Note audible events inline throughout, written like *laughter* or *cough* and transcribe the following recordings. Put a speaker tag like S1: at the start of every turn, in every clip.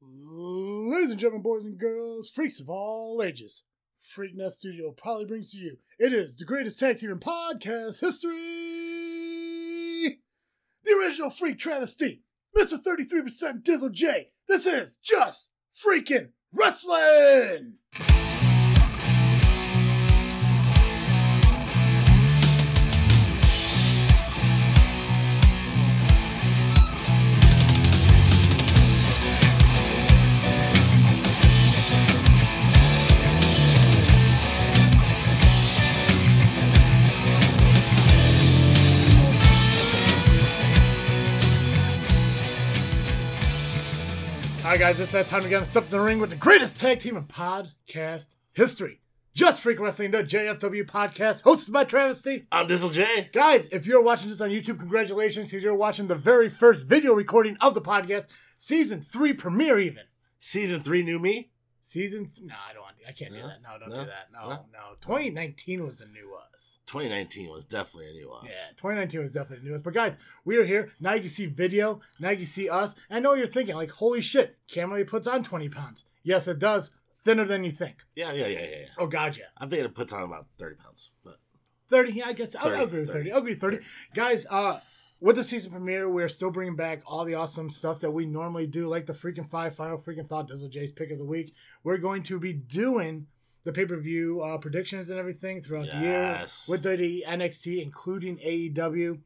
S1: Ladies and gentlemen, boys and girls, freaks of all ages, Freak Nest Studio proudly brings to you. It is the greatest tag team in podcast history. The original Freak Travesty, Mr. 33% Dizzle J. This is just freaking wrestling. All right, guys, it's that time again to step in the ring with the greatest tag team in podcast history. Just Freak Wrestling, the JFW podcast, hosted by Travesty.
S2: I'm Dizzle J.
S1: Guys, if you're watching this on YouTube, congratulations, because you're watching the very first video recording of the podcast, season three premiere, even.
S2: Season three, new me.
S1: Season, th- no, I don't want to, I can't do
S2: No,
S1: that. No, don't
S2: no,
S1: do that. No,
S2: no.
S1: no. 2019 was the new us.
S2: 2019 was definitely a new us.
S1: Yeah, 2019 was definitely the newest. But guys, we are here. Now you can see video. Now you can see us. And I know you're thinking, like, holy shit, Cam really puts on 20 pounds. Yes, it does. Thinner than you think.
S2: Yeah, yeah, yeah, yeah. yeah.
S1: Oh, God, yeah.
S2: I'm thinking it puts on about 30 pounds, but
S1: 30, yeah, I guess. I'll, I'll
S2: 30,
S1: agree with 30.
S2: 30.
S1: I'll agree with 30. Guys, uh, with the season premiere, we're still bringing back all the awesome stuff that we normally do, like the freaking five final freaking thought, Dizzle J's pick of the week. We're going to be doing the pay per view uh, predictions and everything throughout the year
S2: Yes.
S1: with WWE, NXT, including AEW.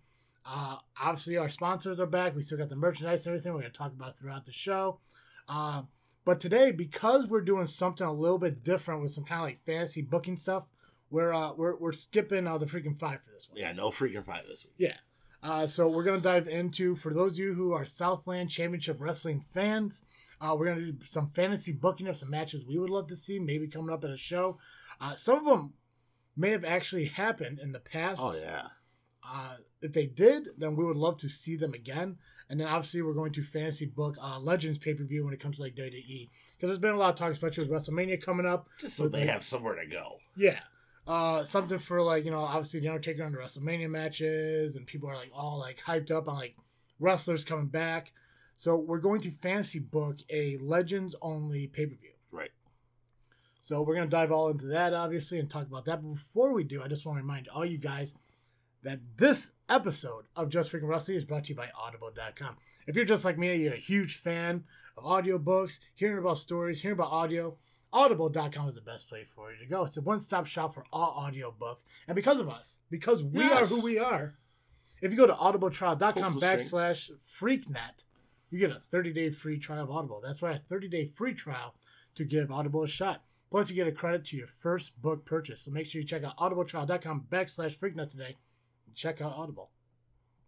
S1: Uh, obviously, our sponsors are back. We still got the merchandise and everything we're going to talk about throughout the show. Uh, but today, because we're doing something a little bit different with some kind of like fantasy booking stuff, we're uh, we're, we're skipping uh, the freaking five for this one.
S2: yeah, no freaking fight this week.
S1: Yeah. Uh, so we're going to dive into, for those of you who are Southland Championship Wrestling fans, uh, we're going to do some fantasy booking of some matches we would love to see, maybe coming up at a show. Uh, some of them may have actually happened in the past.
S2: Oh yeah,
S1: Uh, if they did, then we would love to see them again. And then obviously we're going to fantasy book uh, Legends pay per view when it comes to like WWE because there's been a lot of talk, especially with WrestleMania coming up.
S2: just so
S1: But
S2: they
S1: they-
S2: have somewhere to go.
S1: Yeah. Uh, something for like you know obviously the Undertaker on the WrestleMania matches and people are like all like hyped up on like wrestlers coming back. So we're going to fantasy book a Legends only pay per view.
S2: Right.
S1: So we're gonna dive all into that obviously and talk about that. But before we do, I just want to remind all you guys that this episode of Just Freaking Wrestling is brought to you by Audible.com. If you're just like me, you're a huge fan of audiobooks, hearing about stories, hearing about audio, audible.com is the best place for you to go. It's a one stop shop for all audiobooks. And because of us, because we
S2: Yes.
S1: are who we are, if you go to audibletrial.com
S2: Pull some
S1: backslash freaknet, you get a 30 day free trial of Audible. That's right, a 30 day free trial to give Audible a shot. Plus, you get a credit to your first book purchase. So make sure you check out audibletrial.com backslash freaknet today and check out Audible.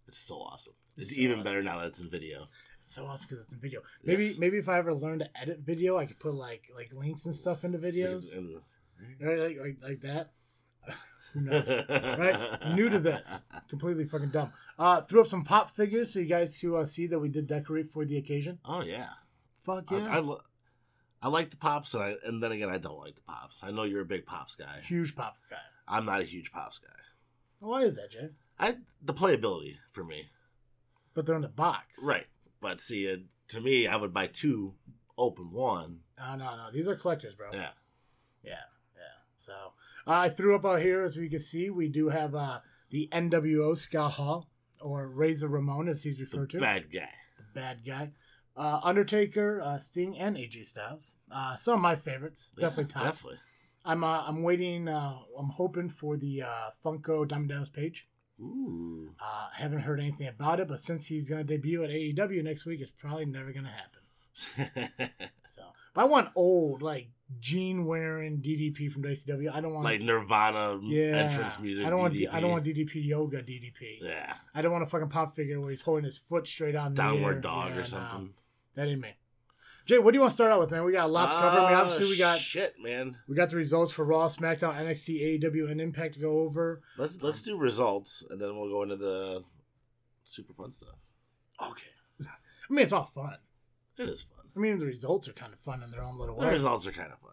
S2: It's so awesome. It's
S1: So
S2: even
S1: awesome.
S2: better now that it's in video.
S1: It's so awesome because it's in video. Maybe
S2: Yes.
S1: maybe if I ever learn to edit video, I could put like like links and stuff into videos,
S2: And-
S1: right? Like, like, like
S2: *laughs*
S1: that. Who knows?
S2: right?
S1: right? New to this, completely fucking dumb. Uh, threw up some pop figures so you guys who uh, see that we did decorate for the occasion.
S2: Oh yeah.
S1: Fuck
S2: I-
S1: yeah!
S2: I, lo- I like the pops, and, I, and then again, I don't like the pops. I know you're a big pops guy.
S1: Huge pop guy.
S2: I'm not a huge pops guy.
S1: Why is that, Jay?
S2: I the playability for me.
S1: But they're in the box.
S2: Right. But see, uh, to me, I would buy two, open one.
S1: No, no, no. These are collectors, bro.
S2: Yeah.
S1: Yeah, yeah. So uh, I threw up out here, as we can see, we do have uh, the NWO Scott Hall or Razor Ramon, as he's
S2: The
S1: referred to,
S2: bad guy.
S1: the bad guy. Uh, Undertaker, uh, Sting, and AJ Styles. Uh, some of my favorites, definitely
S2: Yeah,
S1: tops.
S2: Definitely.
S1: I'm uh, I'm waiting. Uh, I'm hoping for the uh, Funko Diamond Dallas Page.
S2: Ooh. *laughs*
S1: Uh, haven't heard anything about it, but since he's going to debut at AEW next week, it's probably never going to happen. So, but I want old like jean wearing DDP from WCW. I don't want
S2: like Nirvana
S1: yeah,
S2: entrance music.
S1: I don't want
S2: DDP.
S1: I don't want DDP yoga DDP.
S2: Yeah.
S1: I don't want a fucking pop figure where he's holding his foot straight on the air.
S2: Downward dog
S1: Yeah,
S2: or
S1: no.
S2: something.
S1: that ain't me. Jay, what do you want to start out with, man? We got a lot to cover. I mean,
S2: Ah,
S1: obviously, we got
S2: shit, man.
S1: we got the results for Raw, SmackDown, NXT, AEW, E and Impact to go over.
S2: Let's let's do results, and then we'll go into the super fun stuff.
S1: Okay. *laughs* I mean, it's all fun.
S2: It is fun.
S1: I mean, the results are kind of fun in their own little
S2: The
S1: way.
S2: results are kind of fun.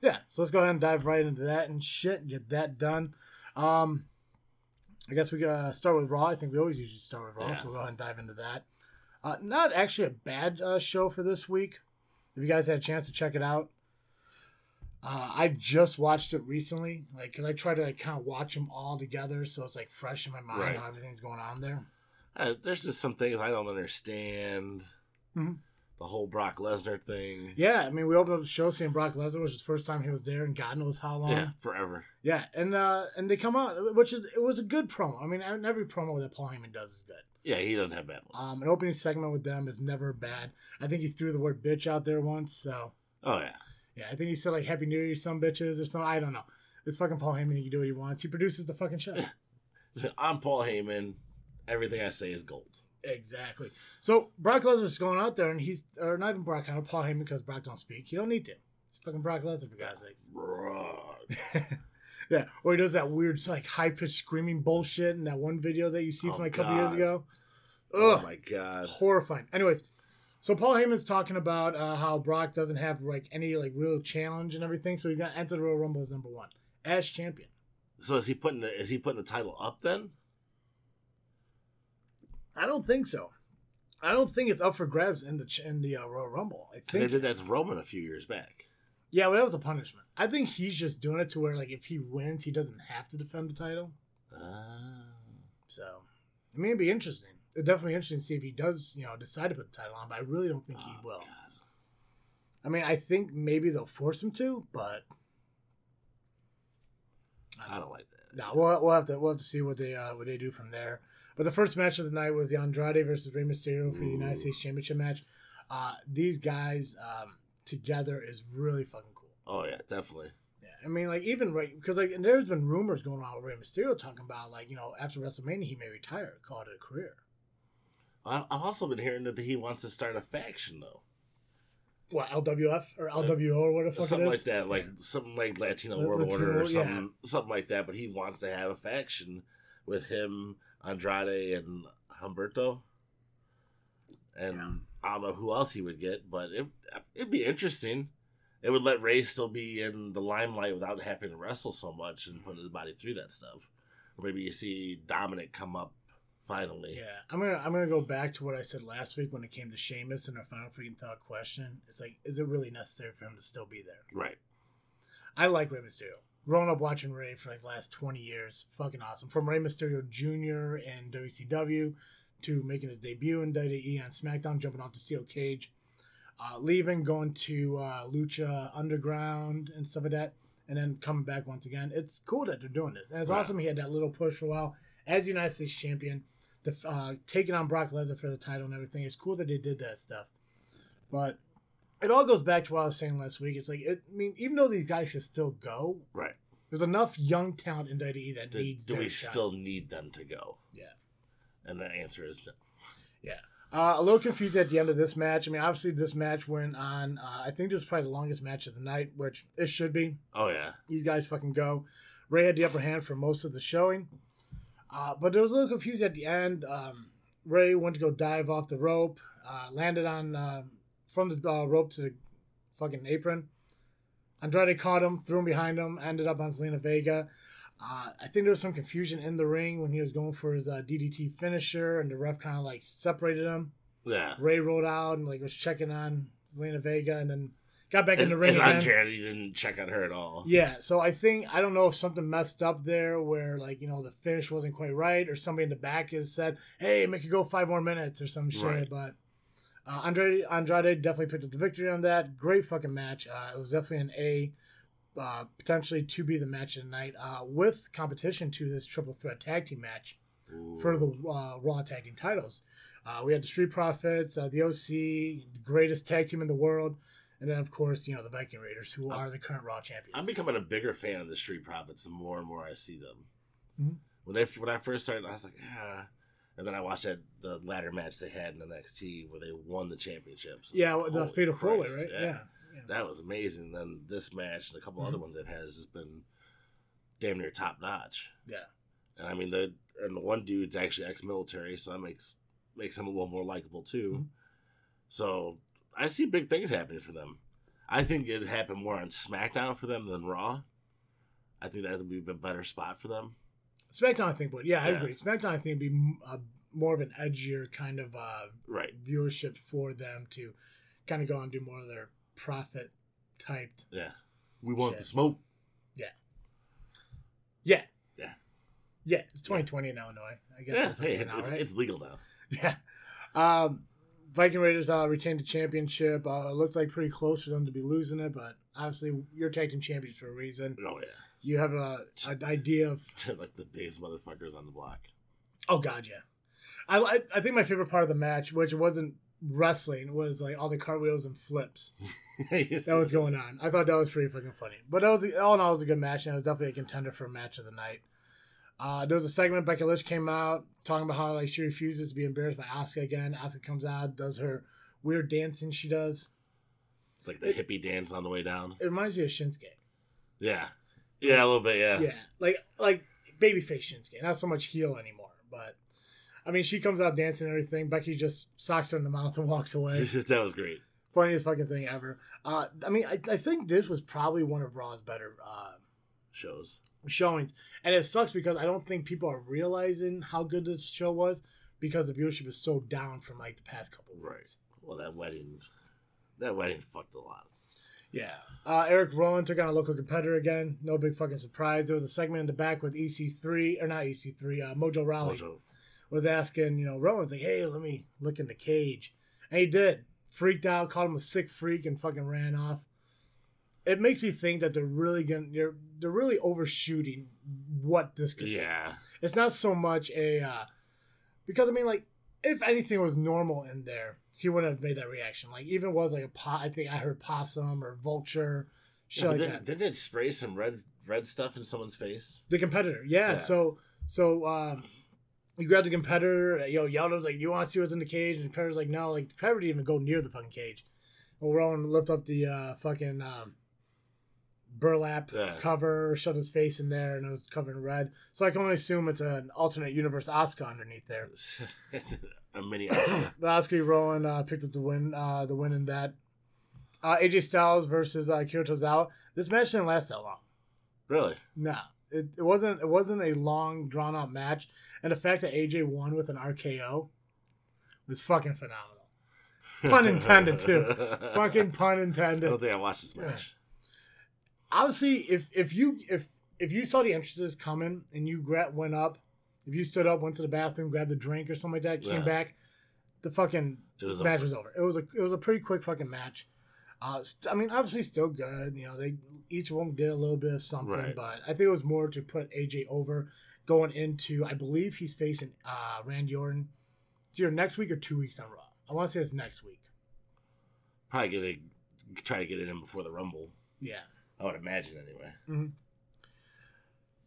S1: Yeah, so let's go ahead and dive right into that and shit, get that done. Um, I guess we gotta start with Raw. I think we always usually start with Raw,
S2: Yeah.
S1: so we'll go ahead and dive into that. Uh, not actually a bad uh, show for this week. If you guys had a chance to check it out, uh, I just watched it recently, like because I try to like, kind of watch them all together, so it's like fresh in my mind
S2: Right.
S1: how everything's going on there.
S2: Uh, there's just some things I don't understand.
S1: Mhm.
S2: The whole Brock Lesnar thing.
S1: Yeah, I mean, we opened up the show seeing Brock Lesnar, which was the first time he was there, and God knows how long.
S2: Yeah, forever.
S1: Yeah, and uh, and they come out, which is it was a good promo. I mean, and every promo that Paul Heyman does is good.
S2: Yeah, he doesn't have bad ones.
S1: Um, an opening segment with them is never bad. I think he threw the word bitch out there once, so
S2: Oh yeah,
S1: yeah, I think he said like Happy New Year, some bitches or something. I don't know. It's fucking Paul Heyman. He can do what he wants. He produces the fucking
S2: *laughs*
S1: show.
S2: So, I'm Paul Heyman. Everything I say is gold.
S1: exactly. So Brock Lesnar's going out there, and he's or not even Brock, I know Paul Heyman because Brock don't speak. You don't need to. It's fucking Brock Lesnar for God's sakes.
S2: Brock.
S1: Yeah, or he does that weird like high pitched screaming bullshit in that one video that you see
S2: Oh,
S1: from like a couple years
S2: God.
S1: ago. Ugh.
S2: Oh my
S1: Uh,
S2: god.
S1: horrifying. Anyways, so Paul Heyman's talking about uh, how Brock doesn't have like any like real challenge and everything, so he's gonna enter the Royal Rumble as number one as champion.
S2: So is he putting the is he putting the title up then?
S1: I don't think so. I don't think it's up for grabs in the ch- in the uh, Royal Rumble. I
S2: Because they
S1: think
S2: did that to Roman a few years back.
S1: yeah, but that was a punishment. I think he's just doing it to where like if he wins, he doesn't have to defend the title.
S2: Ah.
S1: So I mean, it'd be interesting. It'd definitely be interesting to see if he does, you know, decide to put the title on. But I really don't think he
S2: Oh,
S1: will.
S2: God.
S1: I mean, I think maybe they'll force him to, but
S2: I don't like that.
S1: No, we'll, we'll have to we'll have to see what they uh, what they do from there. But the first match of the night was the Andrade versus Rey Mysterio for the United
S2: Ooh.
S1: States Championship match. Uh, these guys um, together is really fucking cool.
S2: Oh yeah, definitely.
S1: Yeah, I mean, like even right because like and there's been rumors going on with Rey Mysterio talking about like you know after WrestleMania he may retire, call it a career.
S2: I- I've also been hearing that he wants to start a faction though,
S1: What LWF or LWO or what the fuck
S2: something
S1: it
S2: like
S1: is?
S2: that, like something like Latino
S1: La-
S2: World
S1: Latino,
S2: Order or
S1: yeah.
S2: something, something like that. But he wants to have a faction with him, Andrade, and Humberto, and
S1: Yeah.
S2: I don't know who else he would get, but it it'd be interesting. It would let Ray still be in the limelight without having to wrestle so much and put his body through that stuff. Or maybe you see Dominic come up finally.
S1: Yeah, I'm gonna I'm gonna go back to what I said last week when it came to Sheamus and our final freaking thought question. It's like, is it really necessary for him to still be there?
S2: Right.
S1: I like Rey Mysterio. Growing up watching Rey for like the last 20 years, fucking awesome. From Rey Mysterio Jr. in WCW to making his debut in WWE on SmackDown, jumping off the steel cage, uh, leaving, going to uh, Lucha Underground and stuff like that, and then coming back once again. It's cool that they're doing this. And it's
S2: Yeah.
S1: awesome he had that little push for a while as United States champion, the, uh, taking on Brock Lesnar for the title and everything. It's cool that they did that stuff. But it all goes back to what I was saying last week. It's like, it, I mean, even though these guys should still go,
S2: Right.
S1: there's enough young talent in WWE that
S2: Do,
S1: needs
S2: do
S1: their
S2: we
S1: shot.
S2: still need them to go?
S1: Yeah.
S2: And the answer is no.
S1: Uh, a little confused at the end of this match. I mean, obviously, this match went on. Uh, I think this was probably the longest match of the night, which it should be.
S2: Oh yeah.
S1: These guys fucking go. Ray had the upper hand for most of the showing, uh, but it was a little confused at the end. Um, Ray went to go dive off the rope, uh, landed on uh, from the uh, rope to the fucking apron. Andrade caught him, threw him behind him, ended up on Selena Vega. Uh, I think there was some confusion in the ring when he was going for his uh, DDT finisher, and the ref kind of like separated him.
S2: Yeah.
S1: Ray rolled out and like was checking on Selena Vega, and then got back
S2: It's,
S1: in the ring
S2: it's
S1: again.
S2: on charity. You didn't check on her at all.
S1: Yeah, so I think I don't know if something messed up there where like you know the finish wasn't quite right, or somebody in the back has said, "Hey, make it go five more minutes" or some shit.
S2: Right.
S1: But uh, Andrade Andrade definitely picked up the victory on that. Great fucking match. Uh, it was definitely an A, uh, potentially to be the match of the night uh, with competition to this triple threat tag team match
S2: Ooh.
S1: for the uh, Raw Tag Team titles. Uh, we had the Street Profits, uh, the OC, the greatest tag team in the world, and then of course you know the Viking Raiders, who
S2: I'm-
S1: are the current Raw champions.
S2: Uh, I'm becoming a bigger fan of the Street Profits the more and more I see them.
S1: Mhm.
S2: When they when I first started, I was like, ah. And then I watched that the ladder match they had in NXT where they won the championships.
S1: Yeah, well, the
S2: Holy
S1: Fatal Four Way,
S2: Christ,
S1: right? Yeah.
S2: That was amazing. Then this match and a couple
S1: Mhm.
S2: other ones they've had has just been damn near top notch.
S1: Yeah.
S2: And I mean the and the one dude's actually ex military, so that makes makes him a little more likable too.
S1: Mhm.
S2: So I see big things happening for them. I think it happened more on SmackDown for them than Raw. I think that would be a better spot for them.
S1: SmackDown, I think would. Yeah, I
S2: Yeah.
S1: agree. SmackDown, I think would be m- uh, more of an edgier kind of uh,
S2: Right.
S1: viewership for them to kind of go and do more of their profit typed.
S2: Yeah. We want
S1: Shit.
S2: the smoke.
S1: Yeah.
S2: Yeah.
S1: Yeah. It's 2020 in Illinois. I guess
S2: Yeah,
S1: that's
S2: hey,
S1: okay now,
S2: it's,
S1: right?
S2: it's legal now.
S1: Yeah. Um, Viking Raiders uh, retained the championship. Uh, it looked like pretty close for them to be losing it, but obviously you're tag team champions for a reason.
S2: Oh yeah, *laughs*
S1: You have a an idea of
S2: like the biggest motherfuckers on the block. *laughs*
S1: oh god yeah. I li- I think my favorite part of the match, which wasn't wrestling, was like all the cartwheels and flips that was going on. I thought that was pretty fucking funny. But that was all in all, it was a good match, and it was definitely a contender for match of the night. Uh, there was a segment Becky Lynch came out talking about how like she refuses to be embarrassed by Asuka again. Asuka comes out, does her weird dancing she does.
S2: like the hippie dance on the way down.
S1: It reminds me of Shinsuke.
S2: Yeah, yeah, a little bit. Yeah, *laughs*
S1: Yeah, like like babyface Shinsuke, not so much heel anymore. But I mean, she comes out dancing and everything. Becky just socks her in the mouth and walks
S2: *laughs*
S1: away.
S2: that was great.
S1: Funniest fucking thing ever. Uh, I mean, I, I think this was probably one of Raw's better uh,
S2: Shows.
S1: showings, and it sucks because I don't think people are realizing how good this show was because the viewership is so down from like the past couple of
S2: Right.
S1: weeks.
S2: Well, that wedding, that wedding fucked a lot.
S1: Yeah. Uh, Eric Rowan took on a local competitor again. No big fucking surprise. There was a segment in the back with EC3, or not EC3, uh, Mojo Raleigh.
S2: Also,
S1: was asking, you know, Rowan's like, hey, let me look in the cage. And he did. Freaked out, called him a sick freak, and fucking ran off. It makes me think that they're really gonna they're they're really overshooting what this could be.
S2: yeah,
S1: It's not so much a uh, because I mean like if anything was normal in there, he wouldn't have made that reaction. Like even was like a pot I think I heard possum or vulture, shit
S2: yeah
S1: like
S2: but
S1: that
S2: didn't, didn't it spray some red red stuff in someone's face? *laughs*
S1: the competitor. Yeah.
S2: Yeah.
S1: So so um, you grabbed the competitor. Yo, yelled at him, like, "You want to see what's in the cage?" And the competitor's like, "No." Like the competitor didn't even go near the fucking cage. Well, Rowan lift up the uh, fucking um, burlap
S2: Yeah.
S1: cover, shoved his face in there, and it was covered in red. So I can only assume it's an alternate universe Asuka underneath there.
S2: a mini.
S1: *clears throat*
S2: Oscar.
S1: But Asuka Rowan uh, picked up the win. Uh, the win in that. Uh, AJ Styles versus uh, Kira Tozawa. This match didn't last that long.
S2: really?
S1: No, it, it wasn't. It wasn't a long, drawn out match, and the fact that AJ won with an RKO was fucking phenomenal. Pun intended,
S2: *laughs*
S1: too. fucking pun *laughs*
S2: I *laughs*
S1: intended.
S2: don't think I watched this match.
S1: Obviously, if if you if if you saw the entrances coming and you gra- went up, if you stood up, went to the bathroom, grabbed a drink or something like that, came
S2: Yeah.
S1: back, the fucking
S2: It was a
S1: match was over. It was a it was a pretty quick fucking match. Uh, st- I mean, obviously, still good. You know, they each one did a little bit of something,
S2: Right.
S1: but I think it was more to put AJ over going into. I believe he's facing uh, Randy Orton. It's either next week or two weeks on Raw. I want to say it's next week.
S2: probably gonna try to get it in before the Rumble.
S1: Yeah.
S2: I would imagine anyway.
S1: *clears throat*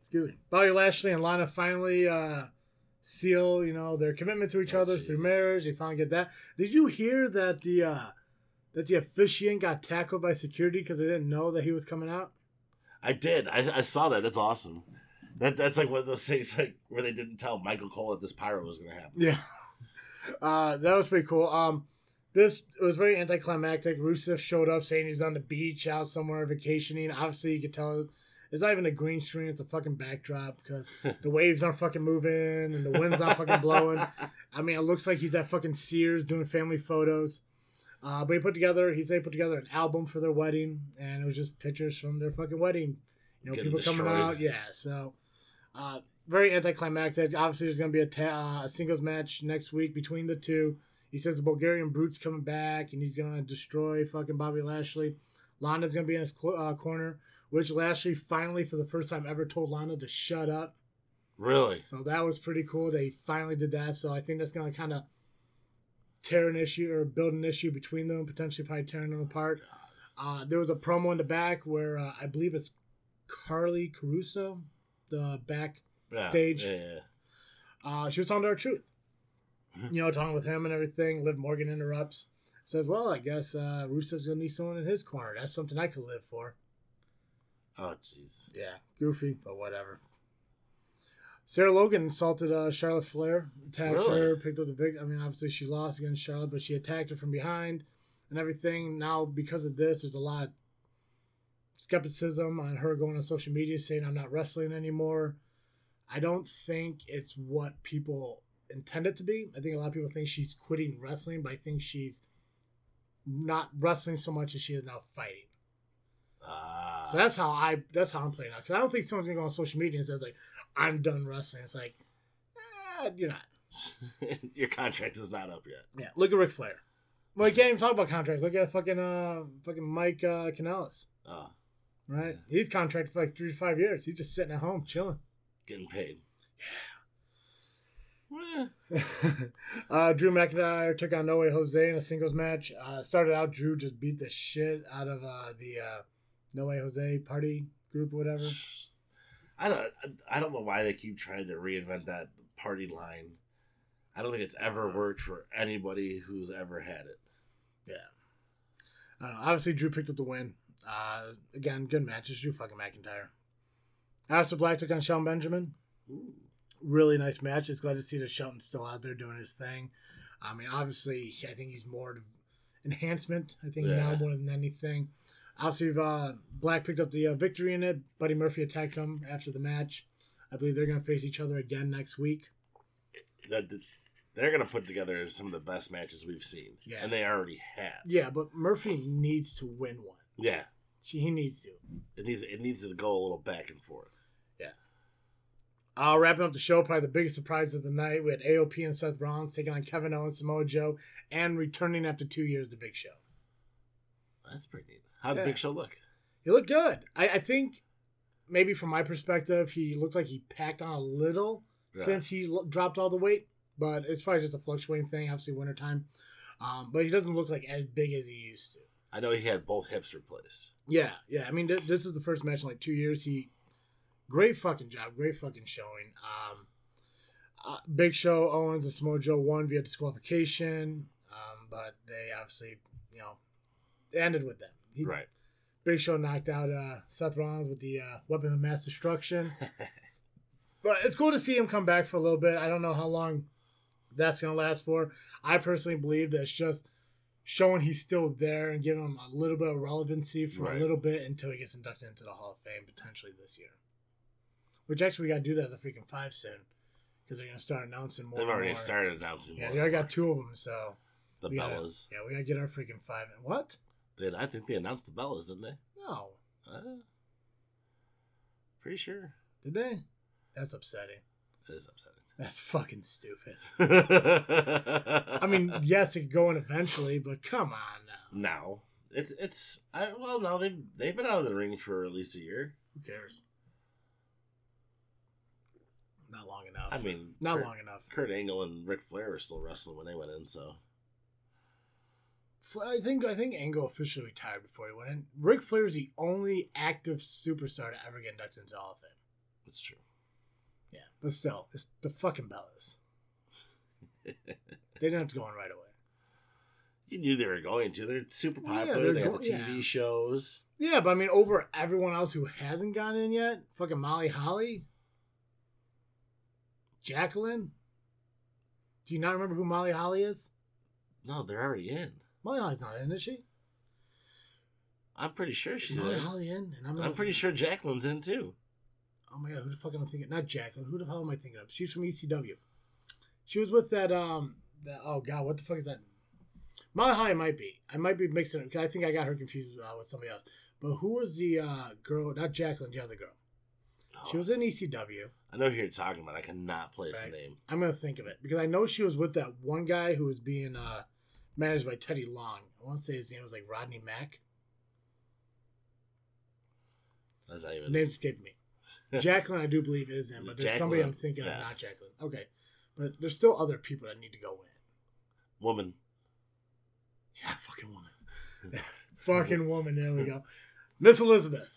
S1: Excuse me. Bobby Lashley and Lana finally uh, seal, you know, their commitment to each
S2: Oh,
S1: other
S2: Jesus.
S1: through marriage. They finally get that. Did you hear that the uh, that the officiant got tackled by security because they didn't know that he was coming out?
S2: I did. I, I saw that. That's awesome. That that's like one of those things like where they didn't tell Michael Cole that this pyro was gonna happen.
S1: Yeah. *laughs* Uh, that was pretty cool. Um, this was very anticlimactic. Rusev showed up saying he's on the beach, out somewhere vacationing. Obviously, you could tell it's not even a green screen; it's a fucking backdrop because the waves aren't fucking moving and the wind's not fucking blowing. I mean, it looks like he's at fucking Sears doing family photos. Uh, but he put together, he said he put together an album for their wedding, and it was just pictures from their fucking wedding. You know,
S2: Getting
S1: people coming
S2: destroyed.
S1: out, yeah. So, uh, very anticlimactic. Obviously, there's going to be a, ta- uh, a singles match next week between the two. He says the Bulgarian brute's coming back, and he's going to destroy fucking Bobby Lashley. Lana's going to be in his cl- uh, corner, which Lashley finally, for the first time ever, told Lana to shut up.
S2: *laughs* Really?
S1: So that was pretty cool. They finally did that. So I think that's going to kind of tear an issue or build an issue between them, potentially probably tearing them apart. Uh, there was a promo in the back where uh, I believe it's Carly Caruso, the back.
S2: Yeah.
S1: Stage.
S2: Yeah, yeah.
S1: Uh, she was talking to our truth. You know, talking with him and everything. Liv Morgan interrupts. Says, well, I guess uh, Rusev's going to need someone in his corner. That's something I could live for.
S2: Oh jeez.
S1: Yeah, goofy, but whatever. Sarah Logan insulted uh, Charlotte Flair, attacked
S2: Really?
S1: her, picked up the victim. I mean, obviously she lost against Charlotte, but she attacked her from behind and everything. Now, because of this, there's a lot of skepticism on her going on social media saying, I'm not wrestling anymore. I don't think it's what people intend it to be. I think a lot of people think she's quitting wrestling, but I think she's not wrestling so much as she is now fighting.
S2: Ah,
S1: So that's how I that's how I'm playing out. Because I don't think someone's gonna go on social media and says like, "I'm done wrestling." It's like, eh, you're not.
S2: *laughs* your contract is not up yet.
S1: Yeah. Look at Ric Flair. Well, you can't even talk about contract. Look at fucking uh fucking Mike uh, Canales.
S2: Oh,
S1: Right. He's contracted for like three to five years. He's just sitting at home *laughs* chilling.
S2: getting paid. Eh,
S1: uh, Drew McIntyre took on No Way Jose in a singles match. Uh, started out, Drew just beat the shit out of uh, the uh, No Way Jose party group, or whatever.
S2: I don't. I don't know why they keep trying to reinvent that party line. I don't think it's ever
S1: Uh-huh.
S2: worked for anybody who's ever had it.
S1: I don't know. Obviously, Drew picked up the win. Uh, again, good matches. Drew fucking McIntyre. Alistair Black took on Shelton Benjamin. Really nice match. It's glad to see that Shelton's still out there doing his thing. I mean, obviously, I think he's more of enhancement. I think now
S2: Yeah.
S1: more than anything. Obviously, uh, Black picked up the uh, victory in it. Buddy Murphy attacked him after the match. I believe they're going to face each other again next week.
S2: That they're gonna put together some of the best matches we've seen.
S1: Yeah.
S2: and they already have.
S1: Yeah, but Murphy needs to win one.
S2: Yeah,
S1: She, he needs to.
S2: it needs it needs to go a little back and forth.
S1: Uh, wrapping up the show, probably the biggest surprise of the night. We had AOP and Seth Rollins taking on Kevin Owens, Samoa Joe, and returning after two years to Big Show.
S2: That's pretty neat. How did
S1: Yeah.
S2: Big Show look?
S1: He looked good. I, I think maybe from my perspective, he looked like he packed on a little
S2: Yeah.
S1: since he l- dropped all the weight, but it's probably just a fluctuating thing, obviously, wintertime. Um, but he doesn't look like as big as he used to.
S2: I know he had both hips replaced.
S1: Yeah, yeah. I mean, th- this is the first match in like two years. He, great fucking job, great fucking showing. Um, uh, Big Show, Owens, and Samoa Joe won via disqualification, um, but they obviously, you know, it ended with them. He,
S2: Right.
S1: Big Show knocked out uh, Seth Rollins with the uh, weapon of mass
S2: *laughs*
S1: destruction. but it's cool to see him come back for a little bit. I don't know how long that's going to last for. I personally believe that it's just showing he's still there and giving him a little bit of relevancy for a
S2: Right.
S1: little bit until he gets inducted into the Hall of Fame potentially this year. Which actually, we got to do that at the freaking five soon because they're going to start announcing more.
S2: They've
S1: and
S2: already
S1: more.
S2: started announcing.
S1: Yeah,
S2: more
S1: they already got two of them, so
S2: the
S1: we gotta-
S2: Bellas.
S1: yeah, we got to get our freaking five. And what?
S2: Then I think they announced the Bellas, didn't they?
S1: No.
S2: Uh, pretty sure.
S1: Did they? That's upsetting.
S2: That is
S1: That's fucking stupid.
S2: upsetting.
S1: *laughs* I
S2: *laughs*
S1: mean, yes, it could go in eventually, but come on now.
S2: now it's it's I, well now they've they've been out of the ring for at least a year.
S1: Who cares? Not long enough.
S2: I mean,
S1: not
S2: Kurt,
S1: long enough.
S2: Kurt Angle and Ric Flair were still wrestling when they went in, so
S1: Fla- I think I think Angle officially retired before he went in. Ric Flair is the only active superstar to ever get inducted into the Hall of Fame.
S2: it's true.
S1: Yeah, but still, it's the fucking
S2: *laughs*
S1: Bellas. they didn't have to go in right away.
S2: You knew they were going to. They're super
S1: Well, yeah,
S2: popular.
S1: they're
S2: they have
S1: go-
S2: the TV
S1: yeah.
S2: shows.
S1: Yeah, but I mean, over everyone else who hasn't gotten in yet, fucking Molly Holly, Jacqueline. Do you not remember who Molly Holly is?
S2: No, they're already in.
S1: Molly Holly's not in, is she?
S2: I'm pretty sure
S1: She's
S2: she's
S1: Molly
S2: in.
S1: Holly in? And I'm,
S2: And
S1: not-
S2: I'm pretty sure Jacqueline's in too.
S1: Oh my god, who the fuck am I thinking? Not Jacqueline. Who the hell am I thinking of? She's from ECW. She was with that. Um. That, oh god, what the fuck is that? Molly Holly might be. I might be mixing it. 'cause I think I got her confused uh, with somebody else. But who was the uh, girl? Not Jacqueline, the other girl. She
S2: Oh,
S1: was in E ECW.
S2: I know who you're talking about. I cannot place
S1: Right.
S2: the name.
S1: I'm gonna think of it because I know she was with that one guy who was being uh, managed by Teddy Long. I want to say his name was like Rodney Mack.
S2: That's not even.
S1: Name escaped
S2: *laughs*
S1: me. Jacqueline, I do believe is in, but there's somebody I'm
S2: Jacqueline,
S1: thinking of,
S2: yeah.
S1: not Jacqueline. Okay, but there's still other people that need to go in.
S2: Woman.
S1: Yeah, fucking woman,
S2: *laughs*
S1: fucking woman. There we go. Miss Elizabeth,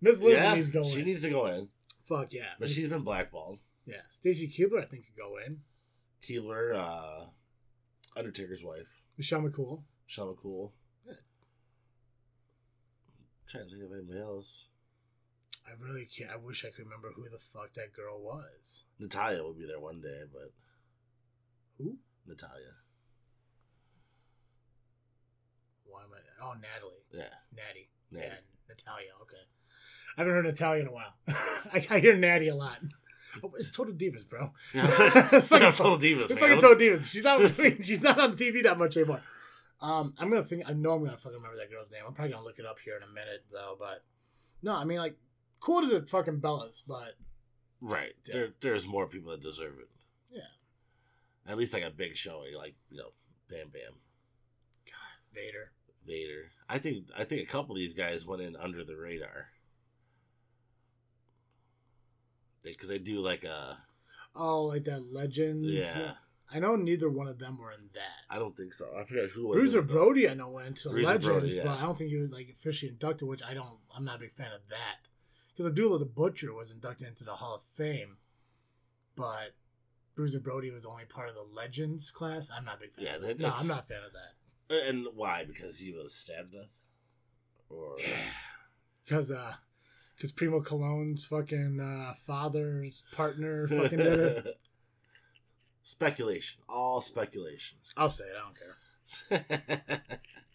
S1: Miss Elizabeth
S2: yeah,
S1: needs to go
S2: she
S1: in.
S2: needs to go in,
S1: Fuck yeah,
S2: but she's been blackballed.
S1: yeah. Stacy Keebler, I think could go in.
S2: Keeler, uh, Undertaker's wife,
S1: Michelle McCool.
S2: Shaw McCool.
S1: Good.
S2: trying to think of anybody else.
S1: I really can't. I wish I could remember who the fuck that girl was.
S2: Natalia will be there one day, but
S1: Who?
S2: Natalia,
S1: Why am I? Oh, Natalie.
S2: yeah,
S1: Natty.
S2: Natty.
S1: Yeah, Natalia. Okay. I haven't heard Natalia in a while. *laughs* I, I hear Natty a lot. Oh, it's Total Divas, bro.
S2: yeah. *laughs* it's like, it's like I'm total divas,
S1: It's *laughs*
S2: man.
S1: fucking Total Divas. She's not. she's not on TV that much anymore. Um, I'm gonna think. I know I'm gonna fucking remember that girl's name. I'm probably gonna look it up here in a minute though. But no, I mean like cool to the fucking Bellas, but
S2: Right.
S1: Still.
S2: There, there's more people that deserve it.
S1: Yeah.
S2: At least like a big showing, like you know, Bam Bam,
S1: Vader.
S2: Vader. I think I think a couple of these guys went in under the radar because they do like a
S1: Oh, like that Legends.
S2: yeah.
S1: I know neither one of them were in that.
S2: I don't think so. I forgot who was
S1: Bruiser
S2: it, though.
S1: Brody, I know went to
S2: Bruiser
S1: Legends,
S2: Brody, yeah.
S1: but I don't think he was like officially inducted. Which I don't. I'm not a big fan of that because Abdullah the Butcher was inducted into the Hall of Fame, but Bruiser Brody was only part of the Legends class. I'm not a big fan.
S2: Yeah,
S1: of
S2: that-
S1: that, no,
S2: that's-
S1: I'm not a fan of that.
S2: And why? Because he was stabbed to death,
S1: *laughs*
S2: or
S1: Because uh, because Primo Cologne's fucking uh, father's
S2: *laughs*
S1: partner fucking did it.
S2: speculation. All speculation. *laughs*
S1: I'll say it. I don't care.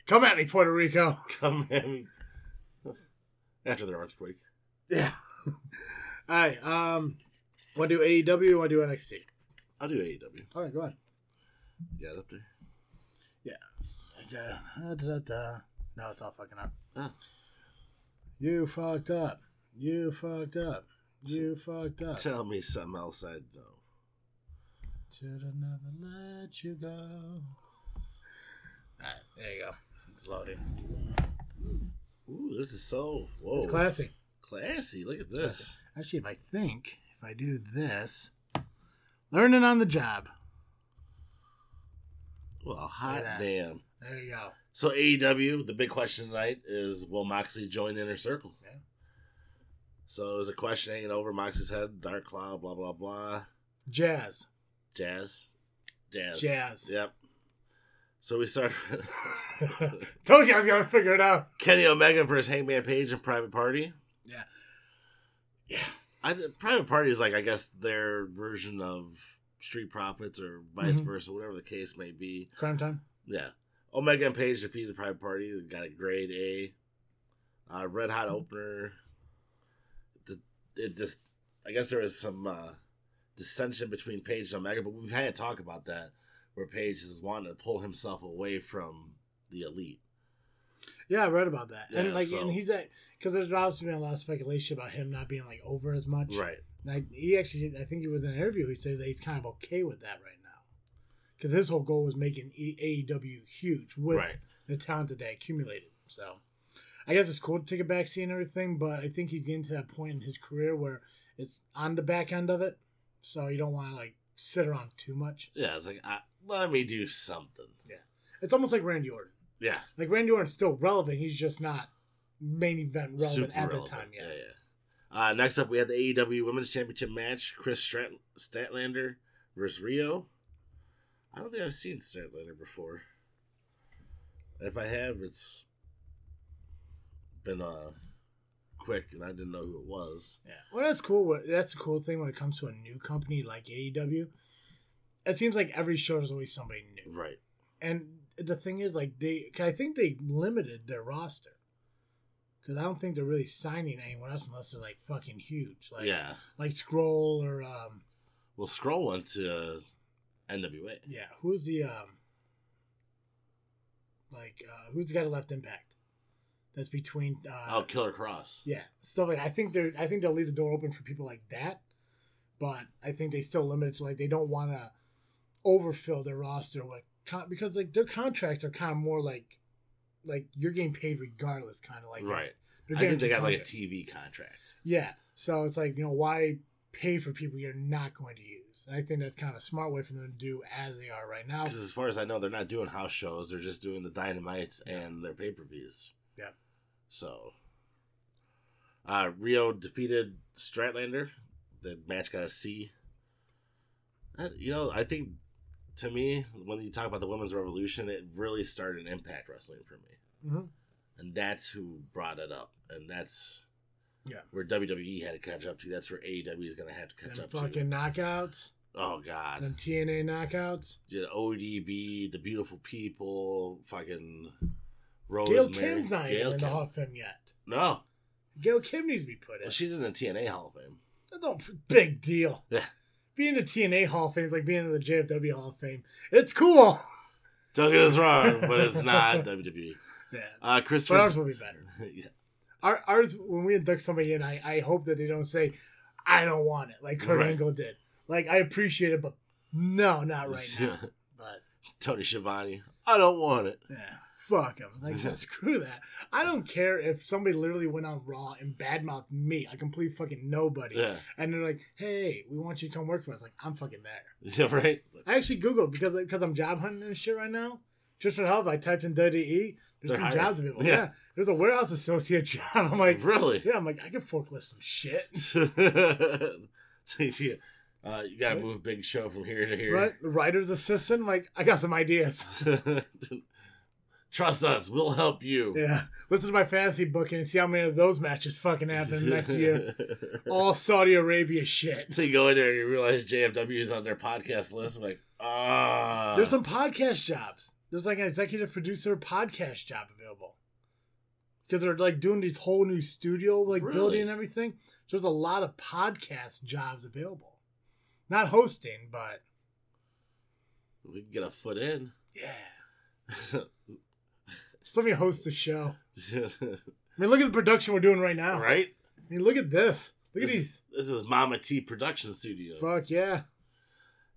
S1: Come at me, Puerto Rico. *laughs*
S2: Come in after the earthquake.
S1: Yeah. *laughs* All right. Um, want to do E AEW? Want to do NXT?
S2: I'll do AEW.
S1: All right, go ahead.
S2: You got it up there.
S1: Okay. Da, da, da. No, it's all fucking up.
S2: Oh.
S1: You fucked up. You fucked up. You fucked up.
S2: Tell me something else I know.
S1: Should have never let you go. All right, there you go. It's loaded.
S2: Ooh, this is so whoa
S1: It's classy.
S2: classy. Look at this.
S1: Actually, if I think, if I do this, learning on the job.
S2: *laughs* Well, hot
S1: Look at that.
S2: damn.
S1: There you go.
S2: So AEW, the big question tonight is will Moxley join the inner circle?
S1: Yeah.
S2: So it was a question hanging over Moxley's head, Dark Cloud, blah blah blah.
S1: Jazz.
S2: Jazz. Jazz.
S1: Jazz.
S2: Yep. So we *laughs* start
S1: *laughs* Told you I was gonna figure it out.
S2: Kenny Omega versus Hangman Page and Private Party.
S1: Yeah.
S2: Yeah. I, Private Party is like, I guess, their version of Street Profits or vice
S1: Mhm.
S2: versa, whatever the case may be.
S1: Crime time.
S2: Yeah. Omega and Page defeated Private Party. They got a grade A. Uh, red hot opener. Th- It just, I guess there was some uh, dissension between Page and Omega, but we've had to talk about that where Page is wanting to pull himself away from the elite.
S1: Yeah, I read about that.
S2: Yeah,
S1: and like,
S2: so-
S1: and he's at because there's obviously been a lot of speculation about him not being like over as much.
S2: Right.
S1: Like he actually, I think he was in an interview. He says that he's kind of okay with that right now, because his whole goal was making E- AEW huge with
S2: Right.
S1: the talent that they accumulated. So, I guess it's cool to take a back seat and everything, but I think he's getting to that point in his career where it's on the back end of it. So you don't want to like sit around too much.
S2: Yeah, it's like, I, let me do something.
S1: It's almost like Randy Orton.
S2: Yeah,
S1: Like Randy Orton's still relevant. He's just not main event relevant at the time.
S2: Yeah,
S1: yet.
S2: yeah. Uh, next up, we had the AEW Women's Championship match: Chris Strat- Statlander versus Rio. I don't think I've seen Statlander before. If I have, it's been uh quick, and I didn't know who it was.
S1: Yeah. Well, that's cool. What- That's the cool thing when it comes to a new company like AEW. It seems like every show there's always somebody new.
S2: Right.
S1: And the thing is, like they, 'cause I think they limited their roster because I don't think they're really signing anyone else unless they're like fucking huge, like
S2: yeah.
S1: like Scroll or um,
S2: Well, scroll one to NWA.
S1: yeah, who's the um, like uh, who's the guy that left Impact? That's between uh,
S2: Oh, Killer Cross.
S1: Yeah, stuff like I think they're I think they'll leave the door open for people like that, but I think they still limit it to like they don't want to overfill their roster with con- because like their contracts are kind of more like like you're getting paid regardless, kind of like
S2: right.
S1: they're
S2: I think they
S1: guaranteed
S2: got like a
S1: contracts.
S2: TV contract.
S1: Yeah, so it's like you know why pay for people you're not going to use? And I think that's kind of a smart way for them to do as they are right now.
S2: Because as far as I know, they're not doing house shows. They're just doing the dynamites and their pay per views.
S1: Yeah.
S2: So, uh, Rio defeated Stratlander. The match got a C. Uh, you know, I think to me, when you talk about the women's revolution, it really started Impact Wrestling for me,
S1: hmm
S2: and that's who brought it up, and that's
S1: Yeah.
S2: where WWE had to catch up to. That's where AEW is going to have to catch
S1: Them
S2: up to.
S1: fucking knockouts,
S2: Oh God,
S1: them TNA knockouts.
S2: you know, ODB, the beautiful people, fucking
S1: Gail
S2: Rosemary.
S1: Kim's not even
S2: Gail
S1: in the
S2: Kim.
S1: Hall of Fame yet.
S2: No,
S1: Gail Kim needs to be put in.
S2: well, she's in the TNA Hall of Fame.
S1: That's no big deal.
S2: Yeah.
S1: Being in the TNA Hall of Fame is like being in the JFW Hall of Fame. It's cool.
S2: Don't get us wrong, but
S1: *laughs*
S2: it's not WWE.
S1: Yeah.
S2: Uh,
S1: But
S2: Christopher.
S1: ours will be better.
S2: *laughs* yeah.
S1: Our, ours, when we induct somebody in, I, I hope that they don't say, I don't want it, like Kurt
S2: Right.
S1: Angle did. Like, I appreciate it, but no, not
S2: *laughs*
S1: right now. But,
S2: Tony Schiavone. I don't want it.
S1: yeah, fuck him. Like, *laughs* screw that. I don't care if somebody literally went on Raw and badmouthed me, a complete fucking nobody.
S2: Yeah. *laughs*
S1: And they're like, hey, we want you to come work for us. Like, I'm fucking there.
S2: Yeah, right?
S1: I actually Googled because because I'm job hunting and shit right now. Just for help, I typed in WWE. There's
S2: They're
S1: some
S2: hiring.
S1: jobs available. Yeah.
S2: Yeah.
S1: there's a warehouse associate *laughs* job. I'm like, *laughs*
S2: really? *laughs*
S1: yeah, I'm like, I can forklift some shit,
S2: so, yeah. Uh, you gotta move Big Show from here to here.
S1: right? Writer's assistant. Like, I got some ideas.
S2: *laughs* Trust us, we'll help you.
S1: Yeah, listen to my fantasy booking and see how many of those matches fucking happen next year.
S2: *laughs*
S1: All Saudi Arabia shit.
S2: So you go in there and you realize JFW is on their podcast list. I'm like, ah.
S1: There's some podcast jobs. There's like an executive producer podcast job available. Because they're like doing these whole new studio like
S2: Really?
S1: building and everything. There's a lot of podcast jobs available. Not hosting, but
S2: we can get a foot in. *laughs*
S1: yeah. Somebody hosts a show.
S2: right?
S1: I mean, look at the production we're doing right now. I mean, look at this. Look at these.
S2: This is Mama T Production Studio.
S1: Fuck yeah.
S2: *laughs*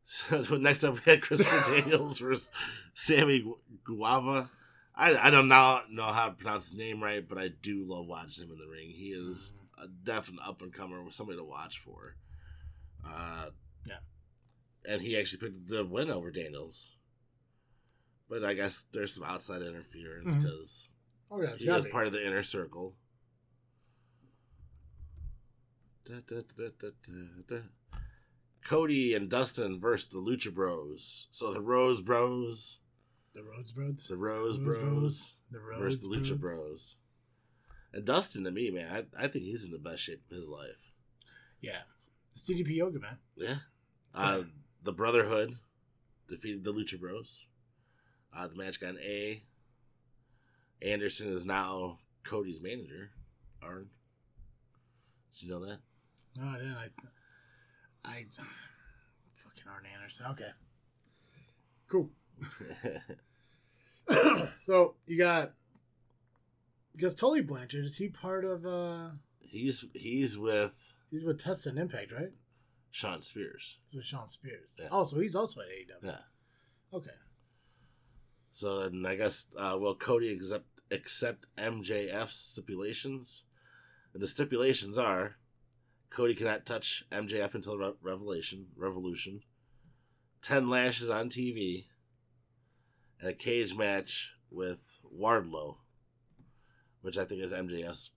S2: So next up, we
S1: *laughs*
S2: had Christopher Daniels versus Sammy Gu- Guava. I, I don't know, know how to pronounce his name right, but I do love watching him in the ring. He is a definite up and comer with somebody to watch for. Uh,
S1: Yeah.
S2: And he actually picked the win over Daniels. But I guess there's some outside interference
S1: Mhm.
S2: because
S1: Oh, yeah. it's
S2: he
S1: gotta
S2: is
S1: be.
S2: part of the inner circle. Da, da, da, da, da, da. Cody and Dustin versus the Lucha Bros. So the Rose Bros,
S1: the Rhodes Bros.
S2: the Rose
S1: Rose
S2: Bros,
S1: The Rhodes
S2: versus the Lucha
S1: Bros.
S2: Bros. And Dustin, to me, man, I, I think he's in the best shape of his life.
S1: Yeah. It's DDP Yoga, man.
S2: Yeah. Uh, the Brotherhood defeated the Lucha Bros. Uh, the match got an A. Anderson is now Cody's manager. Arn. Did you know that?
S1: No, I didn't. I, I fucking Arn Anderson. Okay, cool. *coughs* so you got because Tully Blanchard is he part of? uh
S2: *laughs* he's he's with
S1: He's with Tessa and Impact, right?
S2: Sean Spears.
S1: He's with Sean Spears.
S2: Yeah.
S1: Oh, so he's also at AEW.
S2: Yeah.
S1: Okay.
S2: So then I guess uh, will Cody accept accept MJF's stipulations? And the stipulations are Cody cannot touch MJF until Re- Revelation Revolution, ten lashes on TV, and a cage match with Wardlow, which I think is MJF's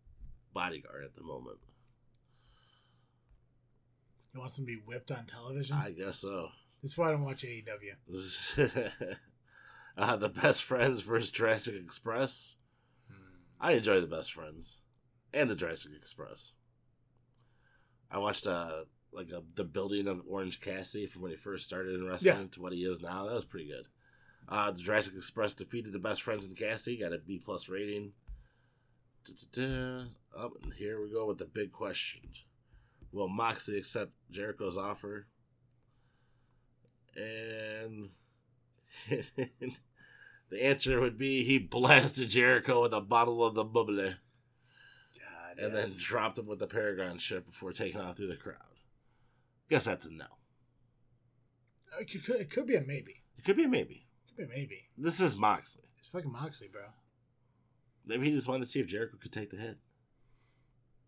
S2: bodyguard at the moment.
S1: He wants him to be whipped on television.
S2: I guess so. *laughs*
S1: That's why I don't watch E AEW.
S2: uh, the best friends versus Jurassic Express. I enjoy the Best Friends and the Jurassic Express. I watched uh like a, the building of Orange Cassidy from when he first started in wrestling to what he is now. That was pretty good. Uh, the Jurassic Express defeated the Best Friends and Cassidy, got a B plus rating. Da-da-da. Up Oh, and here we go with the big question: Will Moxley accept Jericho's offer? And *laughs* the answer would be he blasted Jericho with a bottle of the bubbly
S1: God,
S2: and then
S1: yes.
S2: dropped him with the Paragon ship before taking off through the crowd. Guess that's a no.
S1: it could, could- it could be a maybe.
S2: It could be a maybe.
S1: It could be a maybe.
S2: This is Moxley.
S1: It's fucking Moxley, bro.
S2: Maybe he just wanted to see if Jericho could take the hit.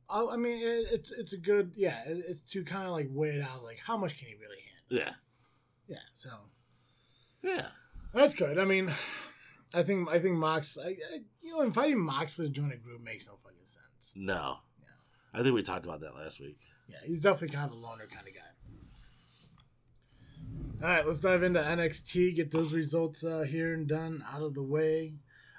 S1: Oh, I mean, it, it's it's a good yeah. It, it's to kind of like weigh it out, like how much can he really handle?
S2: Yeah.
S1: Yeah, so
S2: Yeah.
S1: that's good. I mean, I think I think Mox, I, I, you know, inviting Moxley to join a group makes no fucking sense.
S2: No.
S1: Yeah.
S2: I think we talked about that last week.
S1: Yeah, he's definitely kind of a loner kind of guy. All right, let's dive into NXT. Get those results uh, here and done out of the way.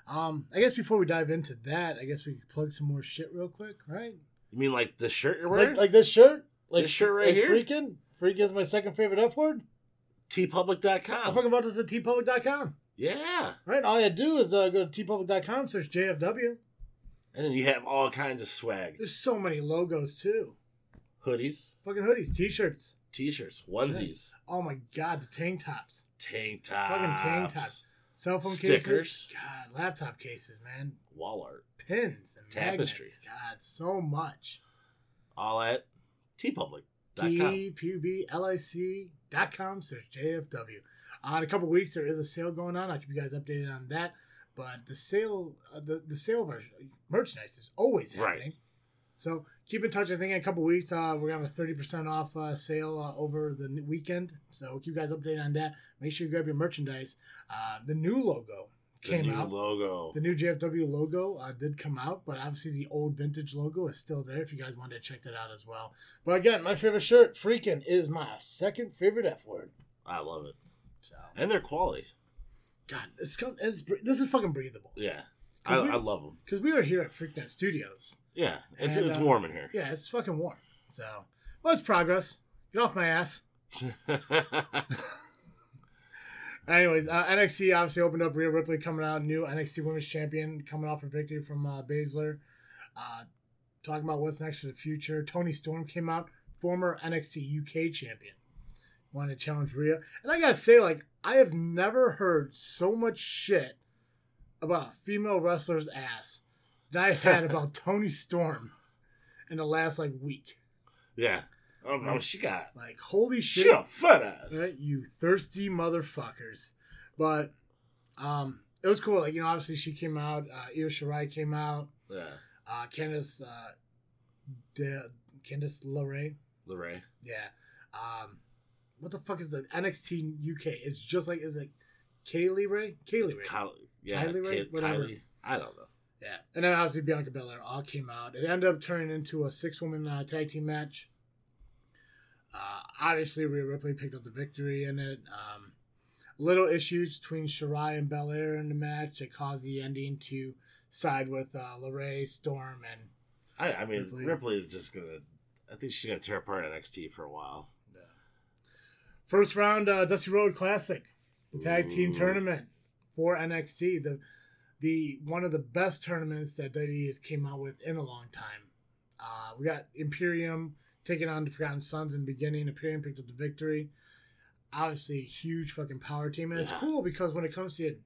S1: Um, I guess before we dive into that, I guess we could plug some more shit real quick, right?
S2: You mean like the shirt you're wearing?
S1: Like, like this shirt, like
S2: This shirt right here?
S1: Freaking, freaking is my second favorite F word. I'm
S2: tpublic.com.
S1: talking about this at tpublic.com.
S2: Yeah.
S1: Right, all you had to do is uh, go to tpublic.com, search JFW.
S2: And then you have all kinds of swag.
S1: There's so many logos too.
S2: Hoodies,
S1: Fucking hoodies, t-shirts.
S2: t shirts, onesies,
S1: Oh my god, the tank tops.
S2: tank tops.
S1: Fucking tank tops. Cell phone
S2: Stickers.
S1: cases, God, laptop cases, man,
S2: wall art,
S1: pins and
S2: Tapestry.
S1: magnets. God, so much.
S2: all at tpublic.com.
S1: tpublic.com search JFW. Uh, in a couple weeks, there is a sale going on. I'll keep you guys updated on that. But the sale, uh, the, the sale of our merchandise is always
S2: Right.
S1: happening. So keep in touch. I think in a couple weeks, uh, we're going to have a 30% off uh, sale uh, over the n- weekend. So keep you guys updated on that. Make sure you grab your merchandise. Uh, the new logo
S2: The
S1: came
S2: new
S1: out.
S2: logo.
S1: The new JFW logo uh, did come out, but obviously the old vintage logo is still there if you guys wanted to check that out as well. But again, my favorite shirt, freaking, is my second favorite F word.
S2: I love it.
S1: So,
S2: And their quality.
S1: God, it's, come, it's br- this is fucking breathable.
S2: Yeah. I,
S1: Is it-
S2: I love them.
S1: Because we were here at Freaknet Studios.
S2: Yeah. It's,
S1: And,
S2: it's
S1: uh,
S2: warm in here. *laughs*
S1: Yeah, it's fucking warm. So, well, it's progress. Get off my ass. Anyways, uh, NXT obviously opened up. Rhea Ripley coming out, new NXT Women's Champion, coming off a victory from uh, Baszler. Uh, talking about what's next for the future. Tony Storm came out, former NXT UK champion, wanted to challenge Rhea. And I gotta say, like, I have never heard so much shit about a female wrestler's ass that I had about Tony Storm in the last like week.
S2: yeah. Oh, no, she got.
S1: Like, holy shit!
S2: She a fat ass.
S1: Right, you thirsty motherfuckers. But um, it was cool. Like you know, obviously she came out. Uh, Io Shirai came out.
S2: Yeah.
S1: Uh, Candice, uh, De- Candice LeRae.
S2: Lorraine.
S1: Yeah. Um, what the fuck is the NXT UK? It's just like is it Kaylee Ray? Kaylee Ray.
S2: Kylie. Yeah.
S1: Kylie Rae?
S2: Ki-
S1: Whatever.
S2: Kylie. I don't know.
S1: yeah. And then obviously Bianca Belair all came out. It ended up turning into a six woman uh, tag team match. Uh, obviously, Rhea Ripley picked up the victory in it. Um, little issues between Shirai and Belair in the match that caused the ending to side with uh, LeRae, Storm, and
S2: I, I mean,
S1: Ripley.
S2: Ripley. is just going to. I think she's going to tear apart NXT for a while.
S1: First round uh, Dusty Road Classic, the tag team
S2: Ooh.
S1: tournament for NXT, the the one of the best tournaments that WWE has came out with in a long time. Uh, we got Imperium taking on the Forgotten Sons in the beginning. Imperium picked up the victory. Obviously, huge fucking power team, and it's
S2: Yeah.
S1: cool because when it comes to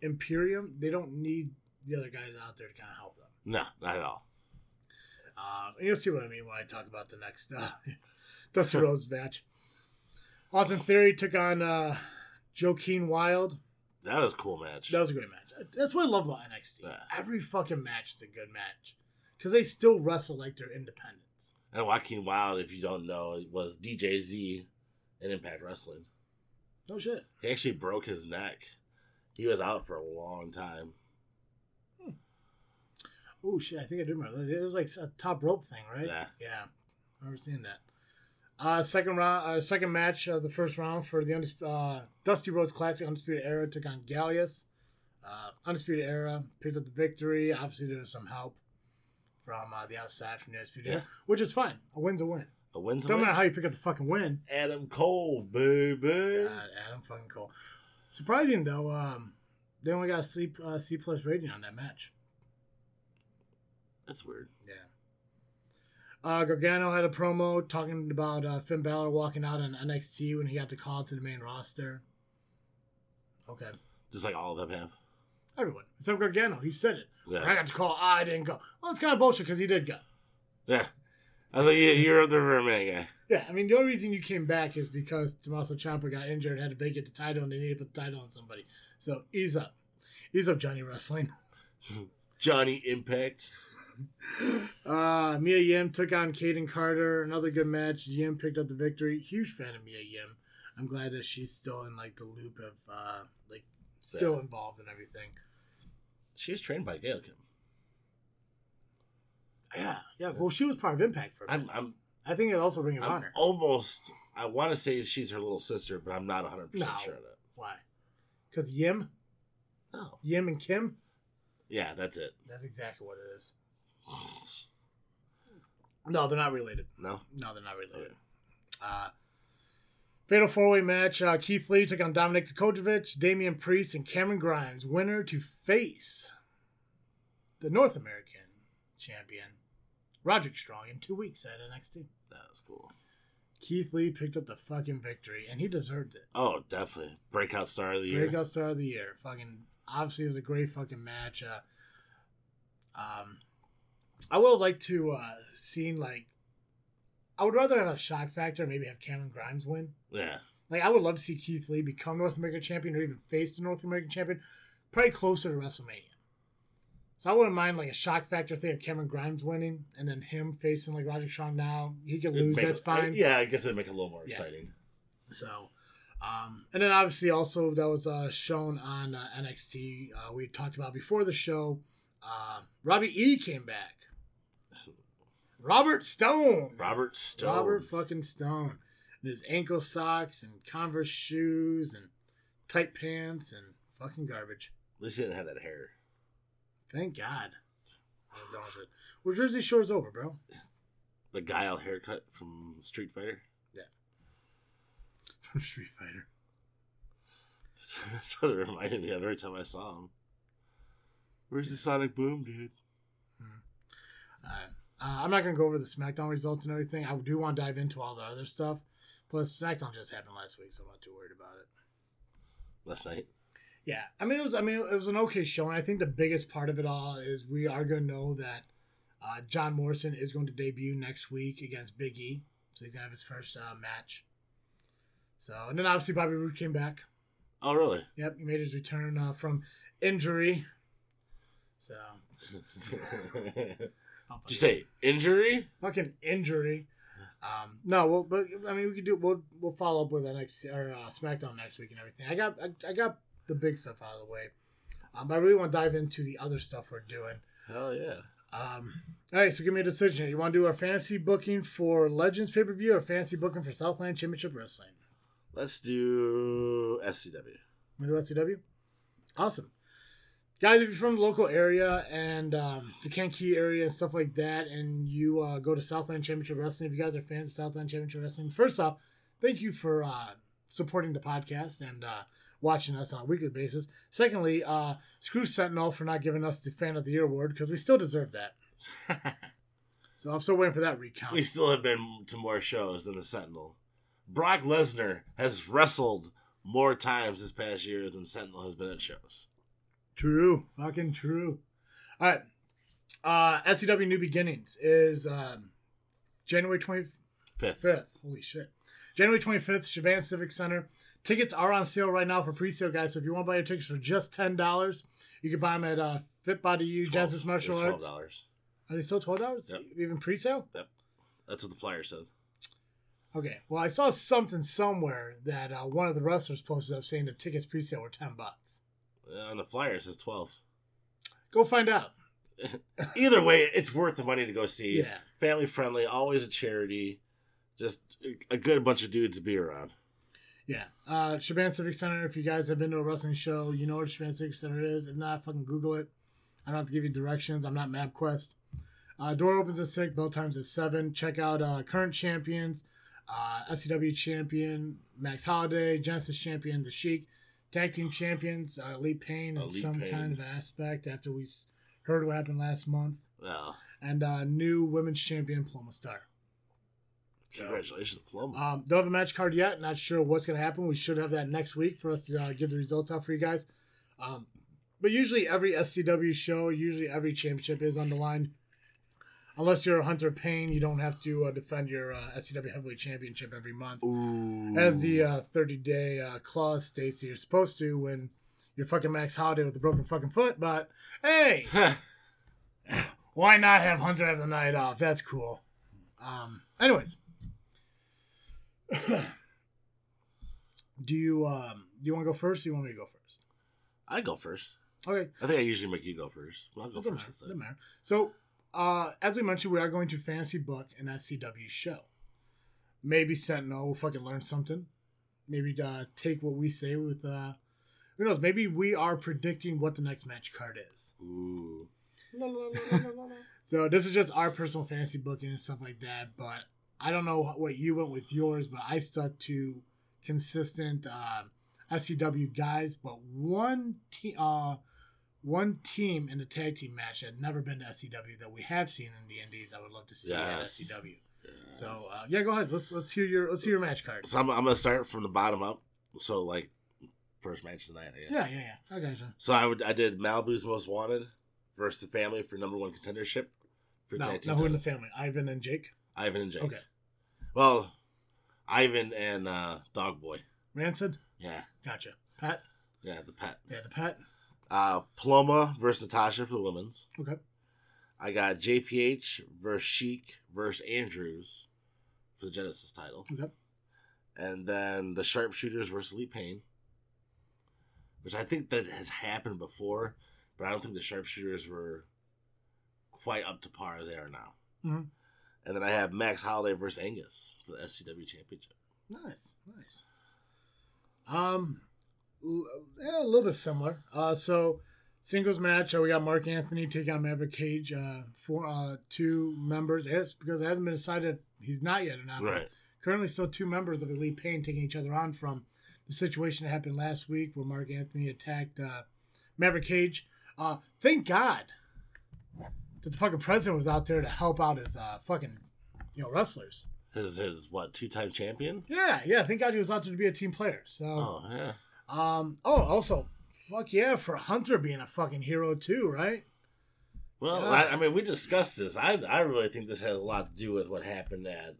S1: Imperium, they don't need the other guys out there to kind of help them.
S2: No, not at all.
S1: Um, and you'll see what I mean when I talk about the next uh, *laughs* Dusty Rhodes match. Austin Theory took on uh, Joaquin Wild.
S2: That was a cool match.
S1: That was a great match. That's what I love about NXT.
S2: Yeah.
S1: Every fucking match is a good match because they still wrestle like they're independents.
S2: And Joaquin Wild, if you don't know, was DJ Z in Impact Wrestling.
S1: No shit.
S2: He actually broke his neck. He was out for a long time.
S1: Oh shit! I think I do remember. It was like a top rope thing, right?
S2: Yeah.
S1: Yeah. I remember seeing that. Uh, second round, uh, second match of the first round for the undis- uh, Dusty Rhodes Classic Undisputed Era took on Gallius. Uh, Undisputed Era picked up the victory. Obviously, there was some help from uh, the outside from the Undisputed Era,
S2: Yeah.
S1: which is fine. A win's a win.
S2: A win's a
S1: Don't
S2: win.
S1: matter how you pick up the fucking win.
S2: Adam Cole, baby.
S1: God, Adam fucking Cole. Surprising though, um, they only got a C uh, C plus rating on that match.
S2: That's weird.
S1: Yeah. Uh, Gargano had a promo talking about uh, Finn Balor walking out on NXT when he got the call to the main roster. Okay.
S2: Just like all of them have.
S1: Everyone. Except Gargano. He said it. I
S2: Yeah.
S1: got the call. I didn't go. Well, it's kind of bullshit because he did go.
S2: Yeah. I was like, yeah, you're the mermaid guy.
S1: Yeah, I mean, the only reason you came back is because Tommaso Ciampa got injured and had to vacate the title, and they needed to put the title on somebody. So, ease up. Ease up, Johnny Wrestling.
S2: Johnny Impact.
S1: Uh, Mia Yim took on Kaden Carter. Another good match. Yim picked up the victory. Huge fan of Mia Yim. I'm glad that she's still in like the loop of uh, like still
S2: Yeah.
S1: involved in everything.
S2: She was trained by Gail Kim.
S1: Yeah, yeah. Well, she was part of Impact for a
S2: I'm,
S1: bit.
S2: I'm,
S1: I think it also Ring of
S2: I'm
S1: Honor.
S2: almost, I want to say she's her little sister, but I'm not 100%
S1: No.
S2: sure of that.
S1: Why? Because Yim,
S2: Oh.
S1: Yim and Kim.
S2: Yeah, that's it. *laughs*
S1: That's exactly what it is. No, they're not related.
S2: No?
S1: No, they're not related.
S2: Okay.
S1: Uh, fatal four way match. Uh, Keith Lee took on Dominic Dikodjevic, Damian Priest, and Cameron Grimes. Winner to face the North American champion, Roderick Strong, in two weeks at NXT.
S2: That was cool.
S1: Keith Lee picked up the fucking victory, and he deserved it.
S2: Oh, definitely breakout star of the year.
S1: Breakout star of the year. Fucking obviously, it was a great fucking match. Uh, um, I would like to uh seen like, I would rather have a shock factor. Maybe have Cameron Grimes win.
S2: Yeah,
S1: Like I would love to see Keith Lee become North American champion or even face the North American champion, probably closer to WrestleMania. So I wouldn't mind like a shock factor thing of Cameron Grimes winning and then him facing like Roger Strong now. He could
S2: It'd
S1: lose,
S2: make-
S1: that's fine.
S2: Yeah, I guess it'd make it a little more
S1: Yeah.
S2: exciting.
S1: So um, and then obviously also that was uh, shown on uh, NXT. Uh, we talked about before the show. Uh, Robbie E came back. Robert Stone.
S2: Robert Stone.
S1: Robert fucking Stone. And his ankle socks and Converse shoes and tight pants and fucking garbage.
S2: At least he didn't have that hair.
S1: Thank God. I was done with it. Well, Jersey Shore's over, bro. *laughs*
S2: The guile haircut from Street Fighter. *laughs*
S1: From Street Fighter.
S2: That's what it reminded me of every time I saw him. Where's the Sonic Boom, dude?
S1: Alright. Uh, I'm not going to go over the SmackDown results and everything. I do want to dive into all the other stuff. Plus, SmackDown just happened last week, so I'm not too worried about it.
S2: Last night.
S1: Yeah, I mean it was. I mean it was an okay show, and I think the biggest part of it all is we are going to know that uh, John Morrison is going to debut next week against Big E, so he's gonna have his first uh, match. So, and then obviously Bobby Roode came back.
S2: Oh, *laughs* really?
S1: Yep, he made his return uh, from injury. So,
S2: Did
S1: I'll
S2: you
S1: fucking-
S2: say injury?
S1: fucking injury? Um, no, well, but I mean we could do. We'll we'll follow up with NXT or uh, SmackDown next week and everything. I got I, I got the big stuff out of the way, um, but I really want to dive into the other stuff we're doing.
S2: Hell yeah.
S1: Um, all right, so give me a decision. You want to do our fantasy booking for Legends pay per view or fantasy booking for Southland Championship Wrestling?
S2: Let's do SCW.
S1: We do SCW. Awesome, guys. If you're from the local area and um, the Kankakee area and stuff like that, and you uh, go to Southland Championship Wrestling, if you guys are fans of Southland Championship Wrestling, first off, thank you for uh, supporting the podcast and uh, watching us on a weekly basis. Secondly, uh, screw Sentinel for not giving us the Fan of the Year award because we still deserve that. So I'm still waiting for that recount.
S2: *laughs* we still have been to more shows than the Sentinel. Brock Lesnar has wrestled more times this past year than Sentinel has been at shows.
S1: True. Fucking true. All right. Uh, SCW New Beginnings is um, January 25th.
S2: Fifth.
S1: Holy shit. January 25th, Shaban Civic Center. Tickets are on sale right now for pre sale, guys. So if you want to buy your tickets for just $10, you can buy them at uh, Fit Body U, Genesis Martial
S2: They're
S1: Arts.
S2: $12.
S1: Are they still $12?
S2: Yep.
S1: Even pre sale?
S2: That's what the flyer says.
S1: Okay. Well, I saw something somewhere that uh, one of the wrestlers posted up saying the tickets pre sale were 10 bucks.
S2: Uh, On the flyer, it says 12
S1: Go find out.
S2: Either way, it's worth the money to go see.
S1: Yeah.
S2: Family friendly, always a charity. Just a good bunch of dudes to be around.
S1: Yeah. Uh Shaban Civic Center, if you guys have been to a wrestling show, you know what Shaban Civic Center is. If not, fucking Google it. I don't have to give you directions. I'm not MapQuest. Uh, door opens at 6, bell times at 7. Check out uh, current champions, uh, SCW champion, Max Holiday, Genesis champion, The Sheik, tag team champions, uh, Elite Payne in
S2: Elite
S1: some
S2: Payne.
S1: kind of aspect after we s- heard what happened last month,
S2: Well,
S1: and uh, new women's champion, Pluma Star.
S2: congratulations, Paloma.
S1: Um, don't have a match card yet. Not sure what's going to happen. We should have that next week for us to uh, give the results out for you guys. Um, but usually every SCW show, usually every championship is on the line. Unless you're Hunter Payne, you don't have to uh, defend your uh, SCW Heavyweight Championship every month.
S2: Ooh.
S1: As the uh, 30 day uh, clause states, that you're supposed to when you're fucking Max Holiday with a broken fucking foot. But hey, why not have Hunter have the night off? That's cool. Um, anyways, *coughs* do you um, do you want to go first? Or you want me to go first?
S2: *laughs* I go first.
S1: Okay,
S2: I think I usually make you go first. Well, I'll go
S1: doesn't
S2: first
S1: matter,
S2: this
S1: doesn't
S2: time.
S1: matter. So, uh, as we mentioned, we are going to fantasy book an SCW show. Maybe Sentinel will fucking learn something. Maybe uh, take what we say with uh, who knows? Maybe we are predicting what the next match card is.
S2: Ooh.
S1: So this is just our personal fantasy booking and stuff like that. But I don't know what you went with yours, but I stuck to consistent uh, SCW guys. But one team, uh, one team in the tag team match had never been to SCW that we have seen in the Indies. I would love to see at
S2: Yes.
S1: SCW. So uh, yeah, go ahead. Let's let's hear your let's hear your match card.
S2: So I'm, I'm gonna start from the bottom up. So like first match tonight, I guess.
S1: Yeah, yeah, yeah. I gotcha.
S2: So I would I did Malibu's Most Wanted versus the Family for number one contendership for
S1: Now,
S2: tag team
S1: now who in the
S2: titles.
S1: family? Ivan and Jake.
S2: Ivan and Jake.
S1: Okay,
S2: Well, Ivan and uh, Dog Boy.
S1: Rancid.
S2: Yeah,
S1: Gotcha. Pat.
S2: yeah, the pet.
S1: Yeah, the pet.
S2: Uh, Paloma versus Natasha for the women's.
S1: Okay.
S2: I got JPH versus Sheik versus Andrews for the Genesis title.
S1: Okay.
S2: And then the Sharpshooters versus Lee Payne, which I think that has happened before, but I don't think the Sharpshooters were quite up to par as they are now.
S1: Mhm.
S2: And then I have Max Holiday versus Angus for the SCW Championship.
S1: Nice, nice. Um, l- yeah, a little bit similar. Uh, so singles match. Uh, we got Mark Anthony taking on Maverick Cage. Uh, for uh, two members. It's because it hasn't been decided if he's not yet or not. but
S2: Right.
S1: Currently, still two members of Elite Pain taking each other on from the situation that happened last week where Mark Anthony attacked uh, Maverick Cage. Uh, thank God that the fucking president was out there to help out his uh, fucking you know wrestlers.
S2: His his what two time champion?
S1: Yeah, yeah. Thank God he was out there to be a team player. So,
S2: Oh yeah.
S1: oh. um, oh, also, fuck yeah for Hunter being a fucking hero too, right?
S2: Well,
S1: Yeah.
S2: I, I mean, we discussed this. I I really think this has a lot to do with what happened at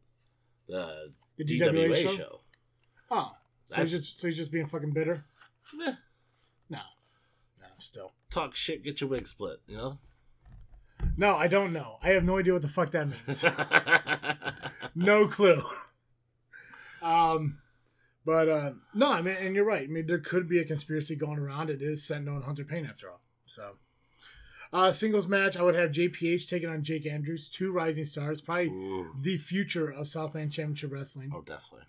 S2: the,
S1: The
S2: DWA, show.
S1: Oh, so
S2: That's-
S1: he's just so he's just being fucking bitter.
S2: Eh,
S1: No, no, still.
S2: talk shit, get your wig split. You know. *laughs*
S1: No, I don't know. I have no idea what the fuck that means.
S2: *laughs*
S1: no clue. Um, but uh, no, I mean, and you're right. I mean, there could be a conspiracy going around. It is Sentinel and Hunter Payne after all. So, uh, singles match, I would have JPH taking on Jake Andrews, two rising stars, probably
S2: Ooh.
S1: the future of Southland Championship Wrestling.
S2: Oh, definitely.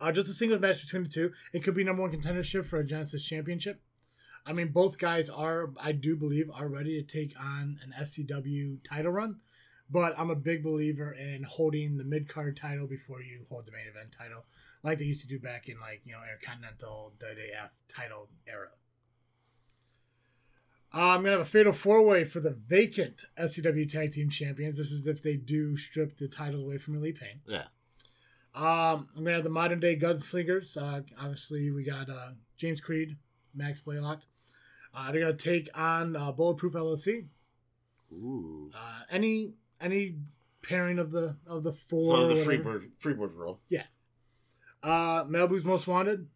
S1: Uh, just a singles match between the two. It could be number one contendership for a Genesis Championship. I mean, both guys are, I do believe, are ready to take on an SCW title run. But I'm a big believer in holding the mid card title before you hold the main event title, like they used to do back in like you know Intercontinental WWF title era. Uh, I'm gonna have a fatal four way for the vacant SCW Tag Team Champions. This is if they do strip the titles away from Elite Payne.
S2: Yeah.
S1: Um, I'm gonna have the modern day gunslingers. Uh, obviously, we got uh, James Creed, Max Blaylock. Uh, they're gonna take on uh, Bulletproof LLC.
S2: Ooh.
S1: Uh, any any pairing of the of the four.
S2: so
S1: or
S2: the
S1: whatever.
S2: freebird freebird rule.
S1: Uh, Malibu's Most Wanted,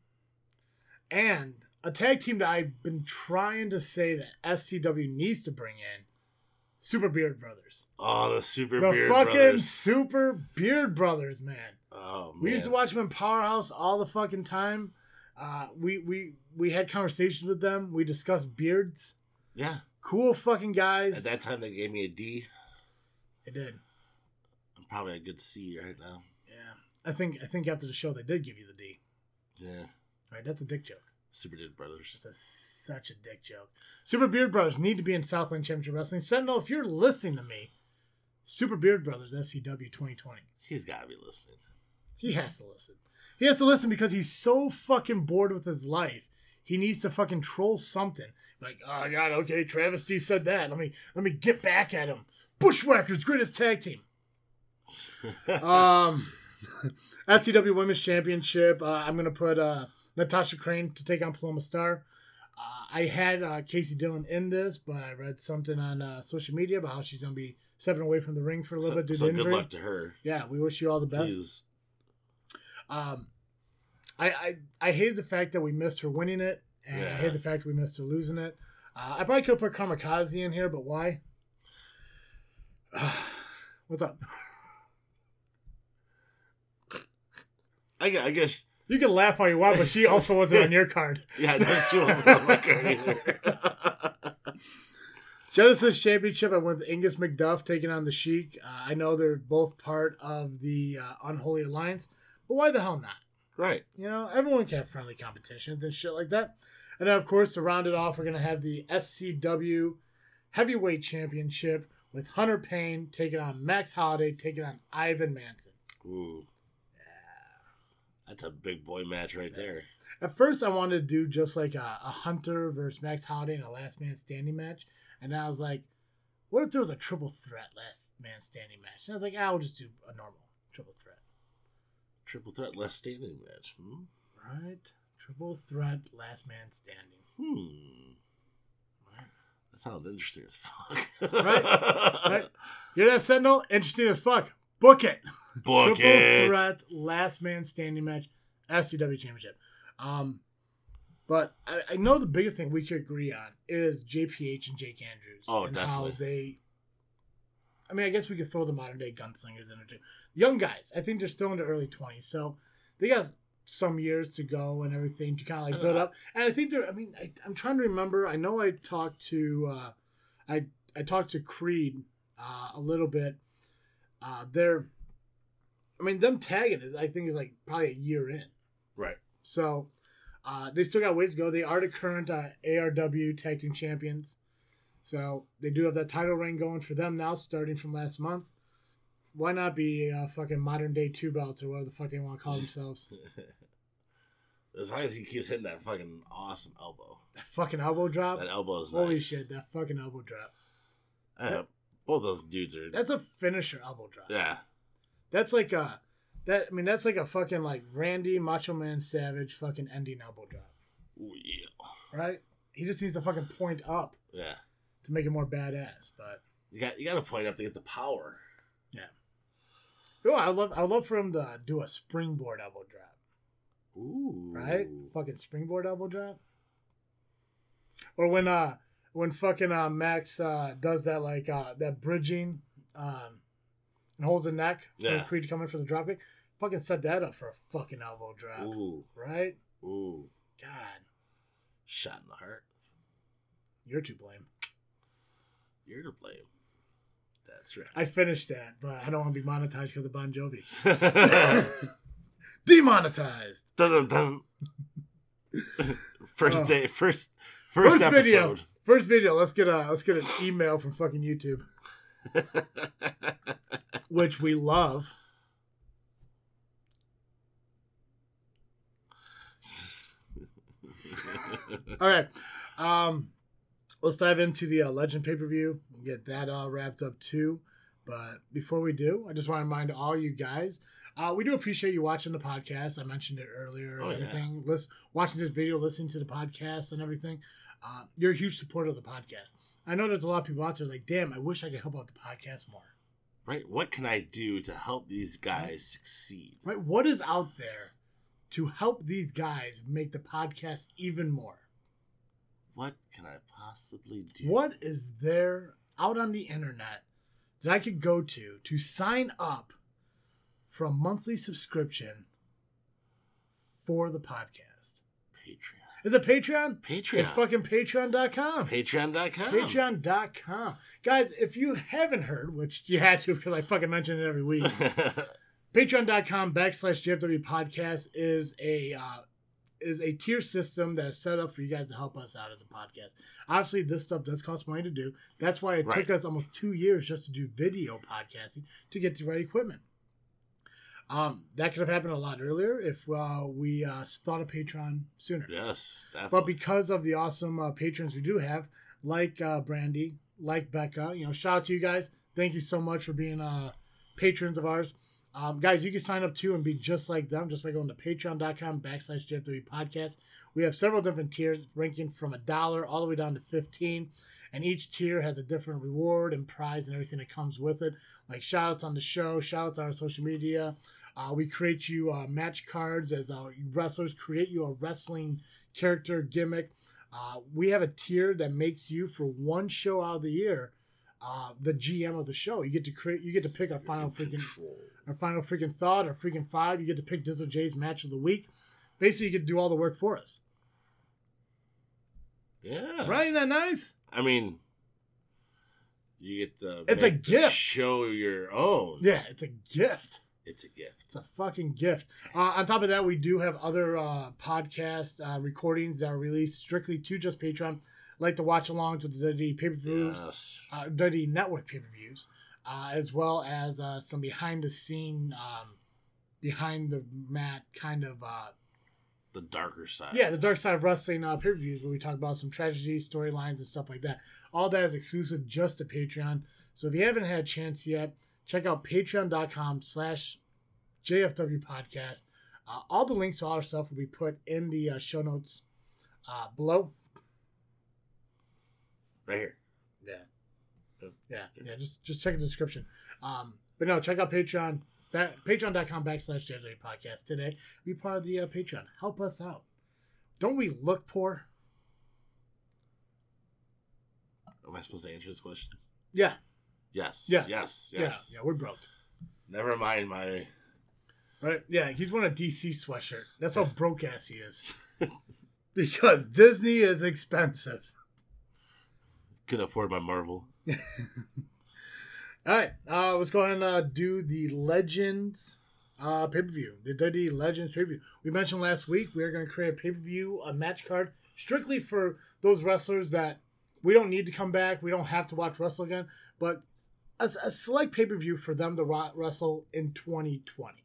S1: and a tag team that I've been trying to say that SCW needs to bring in, Super Beard Brothers.
S2: Oh, the super
S1: the
S2: beard
S1: fucking
S2: brothers.
S1: Super Beard Brothers, man.
S2: Oh man.
S1: We used to watch them in Powerhouse all the fucking time. Uh, we we we had conversations with them. We discussed beards.
S2: yeah.
S1: Cool fucking
S2: At
S1: guys.
S2: that time, they gave me a D.
S1: They did.
S2: I'm probably a good C right now.
S1: Yeah. I think I think after the show they did give you the D.
S2: Yeah.
S1: Right. That's a dick joke.
S2: Super Dude Brothers.
S1: It's a, such a dick joke. Super Beard Brothers need to be in Southland Championship Wrestling. Sentinel, if you're listening to me, Super Beard Brothers SCW 2020.
S2: He's got to be listening.
S1: He has to listen. He has to listen because he's so fucking bored with his life. He needs to fucking troll something. Like, oh god, okay, Travis D said that. Let me let me get back at him. Bushwhackers, greatest tag team. um *laughs* SCW Women's Championship. Uh, I'm gonna put uh, Natasha Crane to take on Paloma Star. Uh, I had uh, Casey Dillon in this, but I read something on uh, social media about how she's gonna be stepping away from the ring for a little
S2: *laughs* so
S1: bit due
S2: so
S1: to
S2: good
S1: injury.
S2: luck to her.
S1: Yeah, we wish you all the best.
S2: He's
S1: Um, I, I I hated the fact that we missed her winning it, and I
S2: Yeah.
S1: hated the fact we missed her losing it. Uh, I probably could put Kamikaze in here, but why? *sighs* What's up?
S2: I, gu- I guess
S1: You can laugh all you want, but she also wasn't on your card.
S2: yeah, *laughs* no, she wasn't on my card either.
S1: Genesis Championship. I went with Angus McDuff taking on the Sheik. Uh, I know they're both part of the uh, Unholy Alliance, but why the hell not?
S2: right.
S1: You know, everyone can have friendly competitions and shit like that. And then, of course, to round it off, we're going to have the SCW Heavyweight Championship with Hunter Payne taking on Max Holiday, taking on Ivan Manson.
S2: Ooh. That's a big boy match right there.
S1: At first, I wanted to do just like a, a Hunter versus Max Holiday in a last man standing match. And then I was like, what if there was a triple threat last man standing match? And I was like, ah, we'll just do a normal. Triple threat.
S2: Triple threat, last standing match. Hmm.
S1: Right? Triple threat, last man standing.
S2: hmm. That sounds interesting as fuck.
S1: Right?
S2: *laughs*
S1: Right? You're that Sentinel? Interesting as fuck. Book it.
S2: Book
S1: Triple
S2: it.
S1: threat, last man standing match, SCW championship. Um, but I, I know the biggest thing we could agree on is JPH and Jake Andrews.
S2: Oh,
S1: and How
S2: definitely.
S1: they. I mean, I guess we could throw the modern day gunslingers in there too. Young guys, I think they're still in their early twenties, so they got some years to go and everything to kind of like build up. And I think they're. I mean, I, I'm trying to remember. I know I talked to, uh, I I talked to Creed uh, a little bit. Uh, they're, I mean, them tagging is I think is like probably a year in.
S2: Right.
S1: So uh, they still got ways to go. They are the current uh, ARW Tag Team Champions. So they do have that title reign going for them now, starting from last month. Why not be uh, fucking modern day two belts or whatever the fuck they want to call
S2: *laughs*
S1: themselves?
S2: As long as he keeps hitting that fucking awesome elbow.
S1: that fucking elbow drop.
S2: That elbow is nice.
S1: Holy shit, that fucking elbow drop.
S2: Uh, both those dudes are.
S1: That's a finisher elbow drop.
S2: yeah.
S1: That's like a that I mean that's like a fucking like Randy Macho Man Savage fucking ending elbow drop,
S2: Ooh, yeah.
S1: right? He just needs to fucking point up
S2: Yeah.
S1: to make it more badass, but
S2: You got you got to point up to get the power.
S1: Oh, I love I love for him to do a springboard elbow drop,
S2: Ooh.
S1: right? Fucking springboard elbow drop. Or when uh when fucking uh Max uh does that like uh that bridging um and holds the neck for
S2: Yeah.
S1: Creed coming for the dropkick. Fucking set that up for a fucking elbow drop.
S2: Ooh.
S1: Right?
S2: Ooh.
S1: God,
S2: Shot in the heart.
S1: you're to blame.
S2: You're to blame. That's
S1: I finished that, but I don't want to be monetized because of Bon Jovi. *laughs*
S2: *coughs* right. *laughs*
S1: Demonetized.
S2: dun, dun, dun. first
S1: Oh.
S2: day. *laughs* First. First,
S1: video.
S2: episode.
S1: First video. Let's get a let's get an email from fucking
S2: *laughs*
S1: YouTube, which we love. All right. Um, let's dive into the uh, Legend pay per view and get that all wrapped up too. But before we do, I just want to remind all you guys uh, we do appreciate you watching the podcast. I mentioned it earlier and
S2: Oh, yeah.
S1: everything. Lis- watching this video, listening to the podcast and everything. Uh, you're a huge supporter of the podcast. I know there's a lot of people out there who's like, damn, I wish I could help out the podcast more.
S2: *laughs* right. What can I do to help these guys succeed?
S1: Right? What is out there to help these guys make the podcast even more?
S2: What can I possibly do?
S1: What is there out on the internet that I could go to to sign up for a monthly subscription for the podcast?
S2: Patreon.
S1: Is it Patreon?
S2: Patreon.
S1: It's fucking patreon.com.
S2: Patreon.com.
S1: Patreon.com. Guys, if you haven't heard, which you had to because I fucking mention it every week, patreon.com backslash jfw podcast is a uh, is a tier system that's set up for you guys to help us out as a podcast obviously this stuff does cost money to do that's why it took
S2: Right.
S1: us almost two years just to do video podcasting to get the right equipment um, that could have happened a lot earlier if uh, we uh, thought of patreon sooner
S2: *laughs* yes.
S1: but
S2: Definitely.
S1: because of the awesome uh, patrons we do have, like uh, Brandy, like Becca, you know, shout out to you guys. Thank you so much for being uh, patrons of ours. Um, guys, you can sign up too and be just like them just by going to patreon.com backslash JFW podcast. We have several different tiers ranking from a dollar all the way down to 15 and each tier has a different reward and prize and everything that comes with it like shout outs on the show shout outs on our social media uh, we create you uh, match cards as our wrestlers create you a wrestling character gimmick uh, we have a tier that makes you for one show out of the year uh, the gm of the show you get to create you get to pick our final freaking
S2: Control.
S1: our final freaking thought, our freaking five. You get to pick Dizzle J's match of the week. Basically, you get to do all the work for us.
S2: Yeah.
S1: Right? Isn't that nice?
S2: I mean, you get the.
S1: It's a
S2: make the
S1: gift.
S2: Show your own.
S1: Yeah, it's a gift.
S2: It's a gift.
S1: It's a fucking gift. Uh, on top of that, we do have other uh, podcast uh, recordings that are released strictly to just Patreon, like the watch alongs with the WWE pay per views,
S2: Yes.
S1: uh, WWE Network pay per views, uh, as well as uh, some behind the scene, um, behind the mat kind of uh,
S2: The darker side.
S1: Yeah, the Dark Side of Wrestling uh, pay per views where we talk about some tragedies, storylines, and stuff like that. All that is exclusive just to Patreon. So if you haven't had a chance yet, check out patreon.com slash JFW Podcast. Uh, all the links to all our stuff will be put in the uh, show notes uh, below.
S2: Right here.
S1: Yeah. Yeah. Yeah. Just just check the description. Um, but no, check out Patreon. That, patreon.com backslash JFW podcast today. Be part of the uh, Patreon. Help us out. Don't we look poor?
S2: Am I supposed to answer this question?
S1: Yeah.
S2: Yes.
S1: Yes.
S2: Yes. Yes.
S1: Yeah. Yeah. We're broke.
S2: Never mind my.
S1: Right? Yeah, he's wearing a DC sweatshirt. That's how broke ass he is. *laughs* because Disney is expensive.
S2: Could afford my Marvel.
S1: All right, uh, let's go ahead and uh, do the Legends uh, pay per view. The WWE Legends pay per view. We mentioned last week we are going to create a pay per view, a match card, strictly for those wrestlers that we don't need to come back. We don't have to watch wrestle again, but a, a select pay per view for them to ro- wrestle in 2020.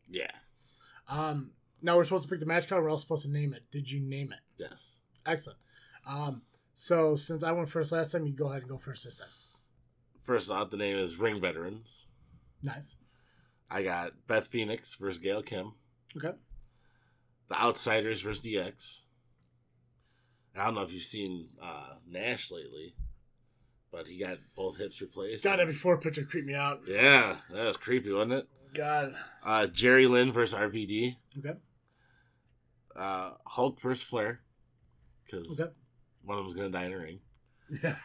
S2: Yeah.
S1: Um, now we're supposed to pick the match card. We're also supposed to name it. Did you name it?
S2: Yes.
S1: Excellent. Um, so since I went first last time, you go ahead and go first this time.
S2: First off, the name is Ring Veterans.
S1: Nice.
S2: I got Beth Phoenix versus Gail Kim.
S1: Okay.
S2: The Outsiders versus DX. I don't know if you've seen uh, Nash lately, but he got both hips replaced.
S1: God, that before picture creeped me out.
S2: Yeah, that was creepy, wasn't it?
S1: God.
S2: Uh, Jerry Lynn versus RVD.
S1: Okay.
S2: Uh, Hulk versus Flair, because
S1: Okay.
S2: one of them's gonna die in a ring.
S1: Yeah.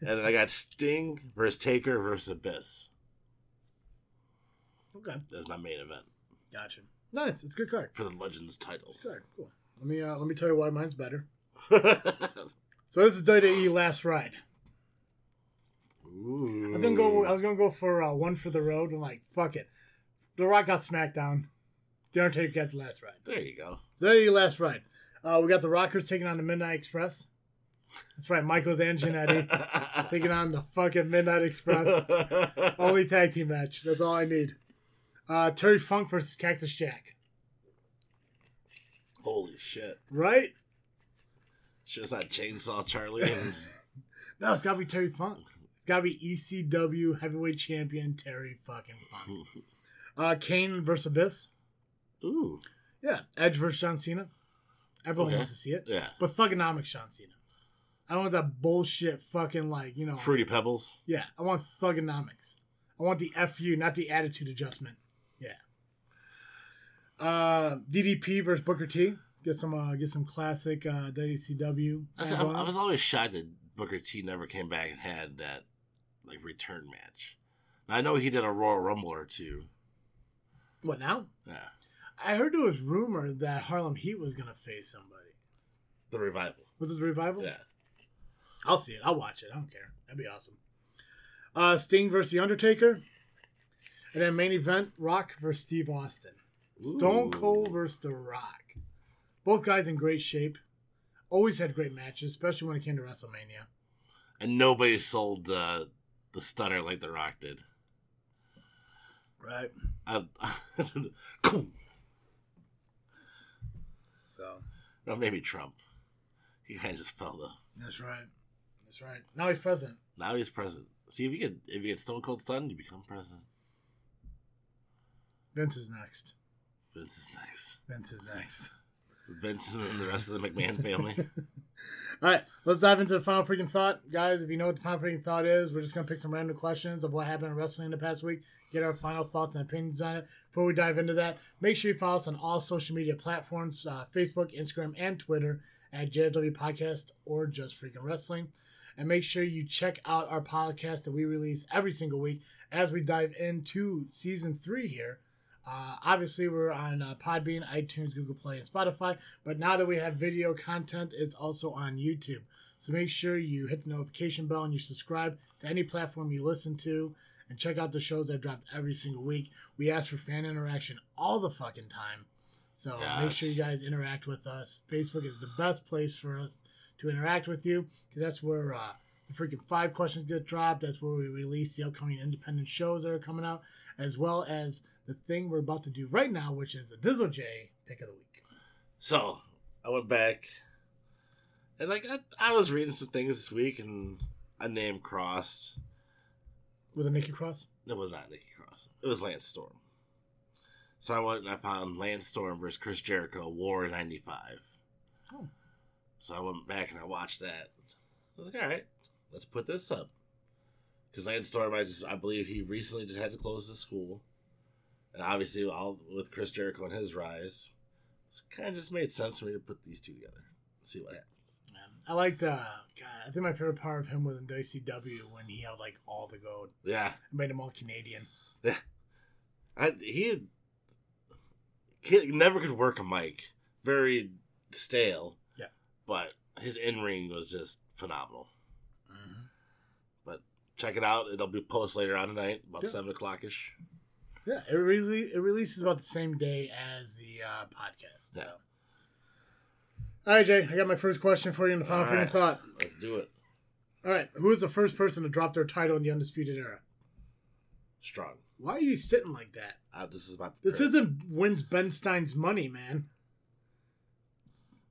S2: And then I got Sting versus Taker versus Abyss.
S1: Okay.
S2: That's my main event
S1: Gotcha. Nice. It's a good card.
S2: for the Legends title. *laughs*
S1: It's a good. card. Cool. Let me uh, let me tell you why mine's better.
S2: Ooh.
S1: So this is WWE Last Ride. I was gonna go. I was gonna go for uh, one for the road. and like, fuck it. The Rock got SmackDown. The Undertaker got the Last Ride.
S2: There you go.
S1: There last ride. Uh, we got the Rockers taking on the Midnight Express. That's right, Michaels and Jannetty
S2: *laughs*
S1: taking on the fucking Midnight Express. Only tag team match. That's all I need. Uh, Terry Funk versus Cactus Jack.
S2: Holy shit!
S1: Right?
S2: Just not Chainsaw
S1: *laughs*
S2: Charlie and
S1: No, it's gotta be Terry Funk. It's gotta be ECW heavyweight champion Terry fucking Funk. Uh, Kane versus Abyss.
S2: ooh
S1: Yeah. Edge versus John Cena. Everyone
S2: Okay.
S1: wants to see it.
S2: yeah,
S1: But thugonomics John Cena. I don't want that bullshit fucking like, you know.
S2: Fruity Pebbles.
S1: Yeah, I want thugonomics. I want the FU, not the attitude adjustment. Yeah. Uh, DDP versus Booker T. Get some uh, get some classic uh, WCW.
S2: I was, I, I was always shocked that Booker T never came back and had that like return match. Now, I know he did a Royal Rumble or two.
S1: what now?
S2: Yeah,
S1: I heard it was rumored that Harlem Heat was gonna face somebody.
S2: the revival.
S1: Was it the revival?
S2: Yeah,
S1: I'll see it. I'll watch it. I don't care. That'd be awesome. Uh, Sting versus the Undertaker, and then main event Rock versus Steve Austin. Stone
S2: Ooh.
S1: Cold versus The Rock. Both guys in great shape. Always had great matches, especially when it came to WrestleMania.
S2: and nobody sold the the stunner like The Rock did.
S1: Right.
S2: I, *laughs*
S1: So
S2: or maybe Trump. He kind of just fell though.
S1: that's right. That's right. Now he's president.
S2: Now he's president. See if you get if you get Stone Cold stunned, you become president.
S1: Vince is next.
S2: Vince is next.
S1: Vince is next.
S2: Vince and the rest of the McMahon family.
S1: All right, let's dive into the final freaking thought, guys. If you know what the final freaking thought is, we're just gonna pick some random questions of what happened in wrestling in the past week, get our final thoughts and opinions on it. Before we dive into that, make sure you follow us on all social media platforms: uh, Facebook, Instagram, and Twitter at JFW Podcast or Just Freaking Wrestling. And make sure you check out our podcast that we release every single week as we dive into season three here. Uh, obviously, we're on uh, Podbean, iTunes, Google Play, and Spotify. But now that we have video content, it's also on YouTube. So make sure you hit the notification bell and you subscribe to any platform you listen to and check out the shows that drop every single week. We ask for fan interaction all the fucking time. So make sure
S2: Yes.
S1: you guys interact with us. Facebook is the best place for us to interact with you because that's where uh, the freaking five questions get dropped. That's where we release the upcoming independent shows that are coming out, as well as the thing we're about to do right now, which is the Dizzle J pick of the week.
S2: So I went back, and like I, I was reading some things this week, and a name crossed.
S1: Was it Nikki Cross?
S2: It was not Nikki Cross. It was Lance Storm. So I went and I found Lance Storm versus Chris Jericho, War '95.
S1: Oh.
S2: So I went back and I watched that. I was like, all right, let's put this up. Because Lance Storm, I just I believe he recently just had to close the school, and obviously all with Chris Jericho and his rise, it kind of just made sense for me to put these two together. and See what happens.
S1: Um, I liked, uh, God, I think my favorite part of him was in WCW when he held like all the gold,
S2: Yeah,
S1: and made them all Canadian.
S2: I, he, he never could work a mic. Very stale.
S1: Yeah.
S2: But his in ring was just phenomenal. Mm-hmm. Check it out. It'll be posted later on tonight, about
S1: Yeah.
S2: seven o'clock ish.
S1: Yeah, it really it releases about the same day as the uh, podcast.
S2: Yeah.
S1: So. All right, Jay, I got my first question for you in the final
S2: All
S1: freaking
S2: right.
S1: thought.
S2: Let's do it.
S1: All right, who is the first person to drop their title in the Undisputed Era?
S2: Strong.
S1: Why are you sitting like that?
S2: Uh, this is my.
S1: This isn't wins Ben Stein's money, man.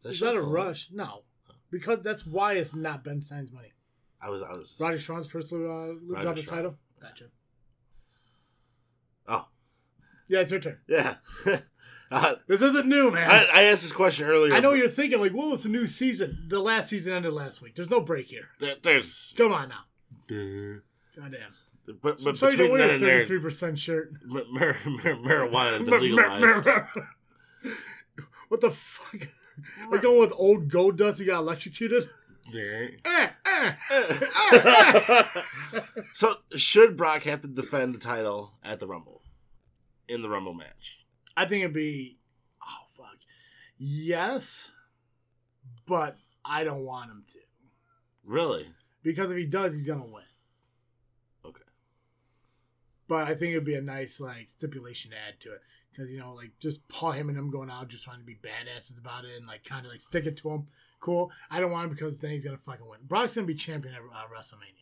S1: It's not a rush. No, because that's why it's not Ben Stein's money.
S2: I was. I was.
S1: Roddy Strong's first to uh,
S2: Roddy
S1: drop his
S2: Strong.
S1: title. Gotcha.
S2: Oh
S1: Yeah, it's your turn.
S2: yeah. *laughs* uh,
S1: This isn't new, man.
S2: I, I asked this question earlier.
S1: I know
S2: but
S1: you're thinking like, "Whoa, it's a new season." The last season ended last week. There's no break here.
S2: There, there's.
S1: Come on now.
S2: But,
S1: Goddamn.
S2: but
S1: So I'm sorry you don't
S2: between
S1: wear
S2: then
S1: a
S2: and there,
S1: thirty-three percent shirt.
S2: mar- mar- mar-
S1: *laughs*
S2: marijuana has
S1: Mer-
S2: been
S1: mer-
S2: legalized.
S1: mer- mer- *laughs* what the fuck? We're going with old gold dust. You got electrocuted. Eh, eh.
S2: *laughs* so should Brock have to defend the title at the Rumble? In the Rumble match.
S1: I think it'd be. Oh fuck. Yes, but I don't want him to
S2: Really? *laughs*
S1: because if he does, he's gonna win.
S2: Okay.
S1: But I think it'd be a nice like stipulation to add to it because you know like just Paul him and him going out just trying to be badasses about it and like kind of like stick it to him. Cool. I don't want him because then he's gonna fucking win. Brock's gonna be champion at uh, WrestleMania.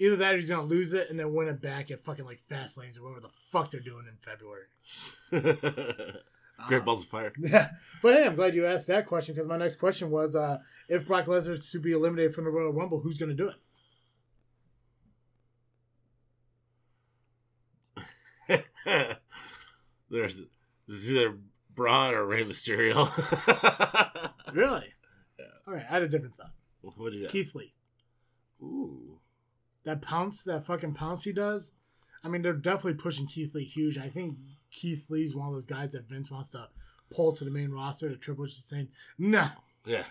S1: Either that, or he's gonna lose it and then win it back at fucking like Fast Lanes or whatever the fuck they're doing in February.
S2: Great
S1: Um,
S2: balls of fire.
S1: Yeah, *laughs* but hey, I'm glad you asked that question because my next question was: uh, If Brock Lesnar is to be eliminated from the Royal Rumble, who's going to do it?
S2: *laughs* There's it's either Braun or Rey Mysterio. *laughs*
S1: Really?
S2: Yeah.
S1: All right, I had a different thought.
S2: what do you got?
S1: Keith Lee,
S2: Ooh.
S1: that pounce, that fucking pounce he does. I mean, they're definitely pushing Keith Lee huge. I think Keith Lee's one of those guys that Vince wants to pull to the main roster. To Triple H is saying no,
S2: Yeah.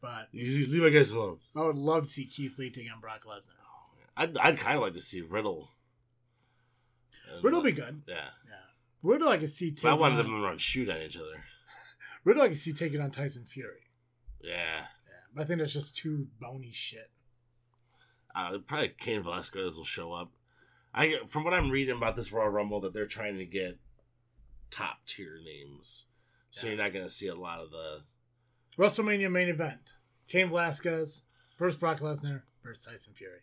S1: but
S2: You you leave my guys alone.
S1: I would love to see Keith Lee take on Brock Lesnar.
S2: I'd, I'd kind of like to see Riddle. And-
S1: Riddle be good.
S2: Yeah.
S1: Yeah, Riddle I can see
S2: But I
S1: taking.
S2: wanted
S1: On,
S2: them to run shoot at each other.
S1: Riddle I can see taking on Tyson Fury.
S2: Yeah.
S1: Yeah, but I think that's just too bony shit.
S2: Uh, probably Kane Velasquez will show up. I from what I'm reading about this Royal Rumble that they're trying to get top tier names, so
S1: Yeah.
S2: you're not going to see a lot of the
S1: WrestleMania main event: Cain Velasquez versus Brock Lesnar versus Tyson Fury.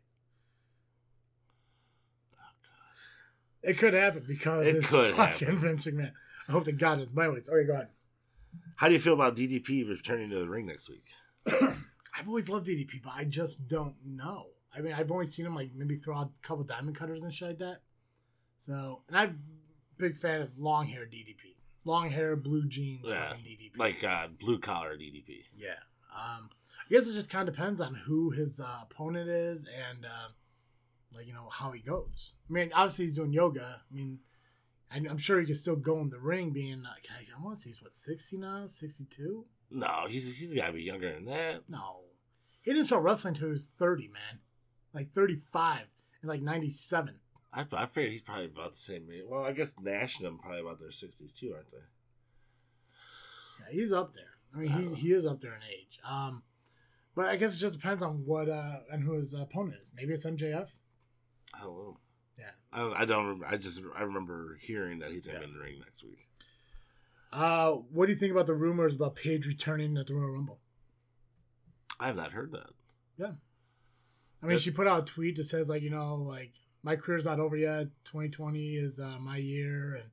S1: It could happen because
S2: Oh, It
S1: it's
S2: could
S1: fucking
S2: happen.
S1: Vince McMahon. I hope to God it's my ways. Okay, go ahead.
S2: How do you feel about DDP returning to the ring next week?
S1: I've always loved DDP, but I just don't know. I mean, I've only seen him like maybe throw out a couple diamond cutters and shit like that. So, and I'm a big fan of long hair DDP, long hair, blue jeans,
S2: Yeah,
S1: fucking E DDP.
S2: Like uh, blue collar DDP.
S1: Yeah. Um, I guess it just kind of depends on who his uh, opponent is and, uh, like, you know, how he goes. I mean, obviously he's doing yoga. I mean, and I'm sure he can still go in the ring being like, I want to say he's, what, 60 now? 62?
S2: No, he's he's got to be younger than that.
S1: No. He didn't start wrestling until he was 30, man. Like 35 and like 97.
S2: I, I figure he's probably about the same age. Well, I guess Nash and them probably about their sixties too, aren't they?
S1: Yeah, he's up there. I mean, he, he is up there in age. Um, but I guess it just depends on what uh, and who his opponent is. Maybe it's MJF.
S2: I don't know.
S1: Yeah.
S2: I don't. I don't remember. I just I remember hearing that he's gonna be
S1: Yeah.
S2: in the ring next week.
S1: Uh, what do you think about the rumors about Paige returning at the Royal Rumble?
S2: I have not heard that.
S1: I mean,
S2: That-
S1: she put out a tweet that says like, you know, like my career's not over yet. 2020 is uh, my year, and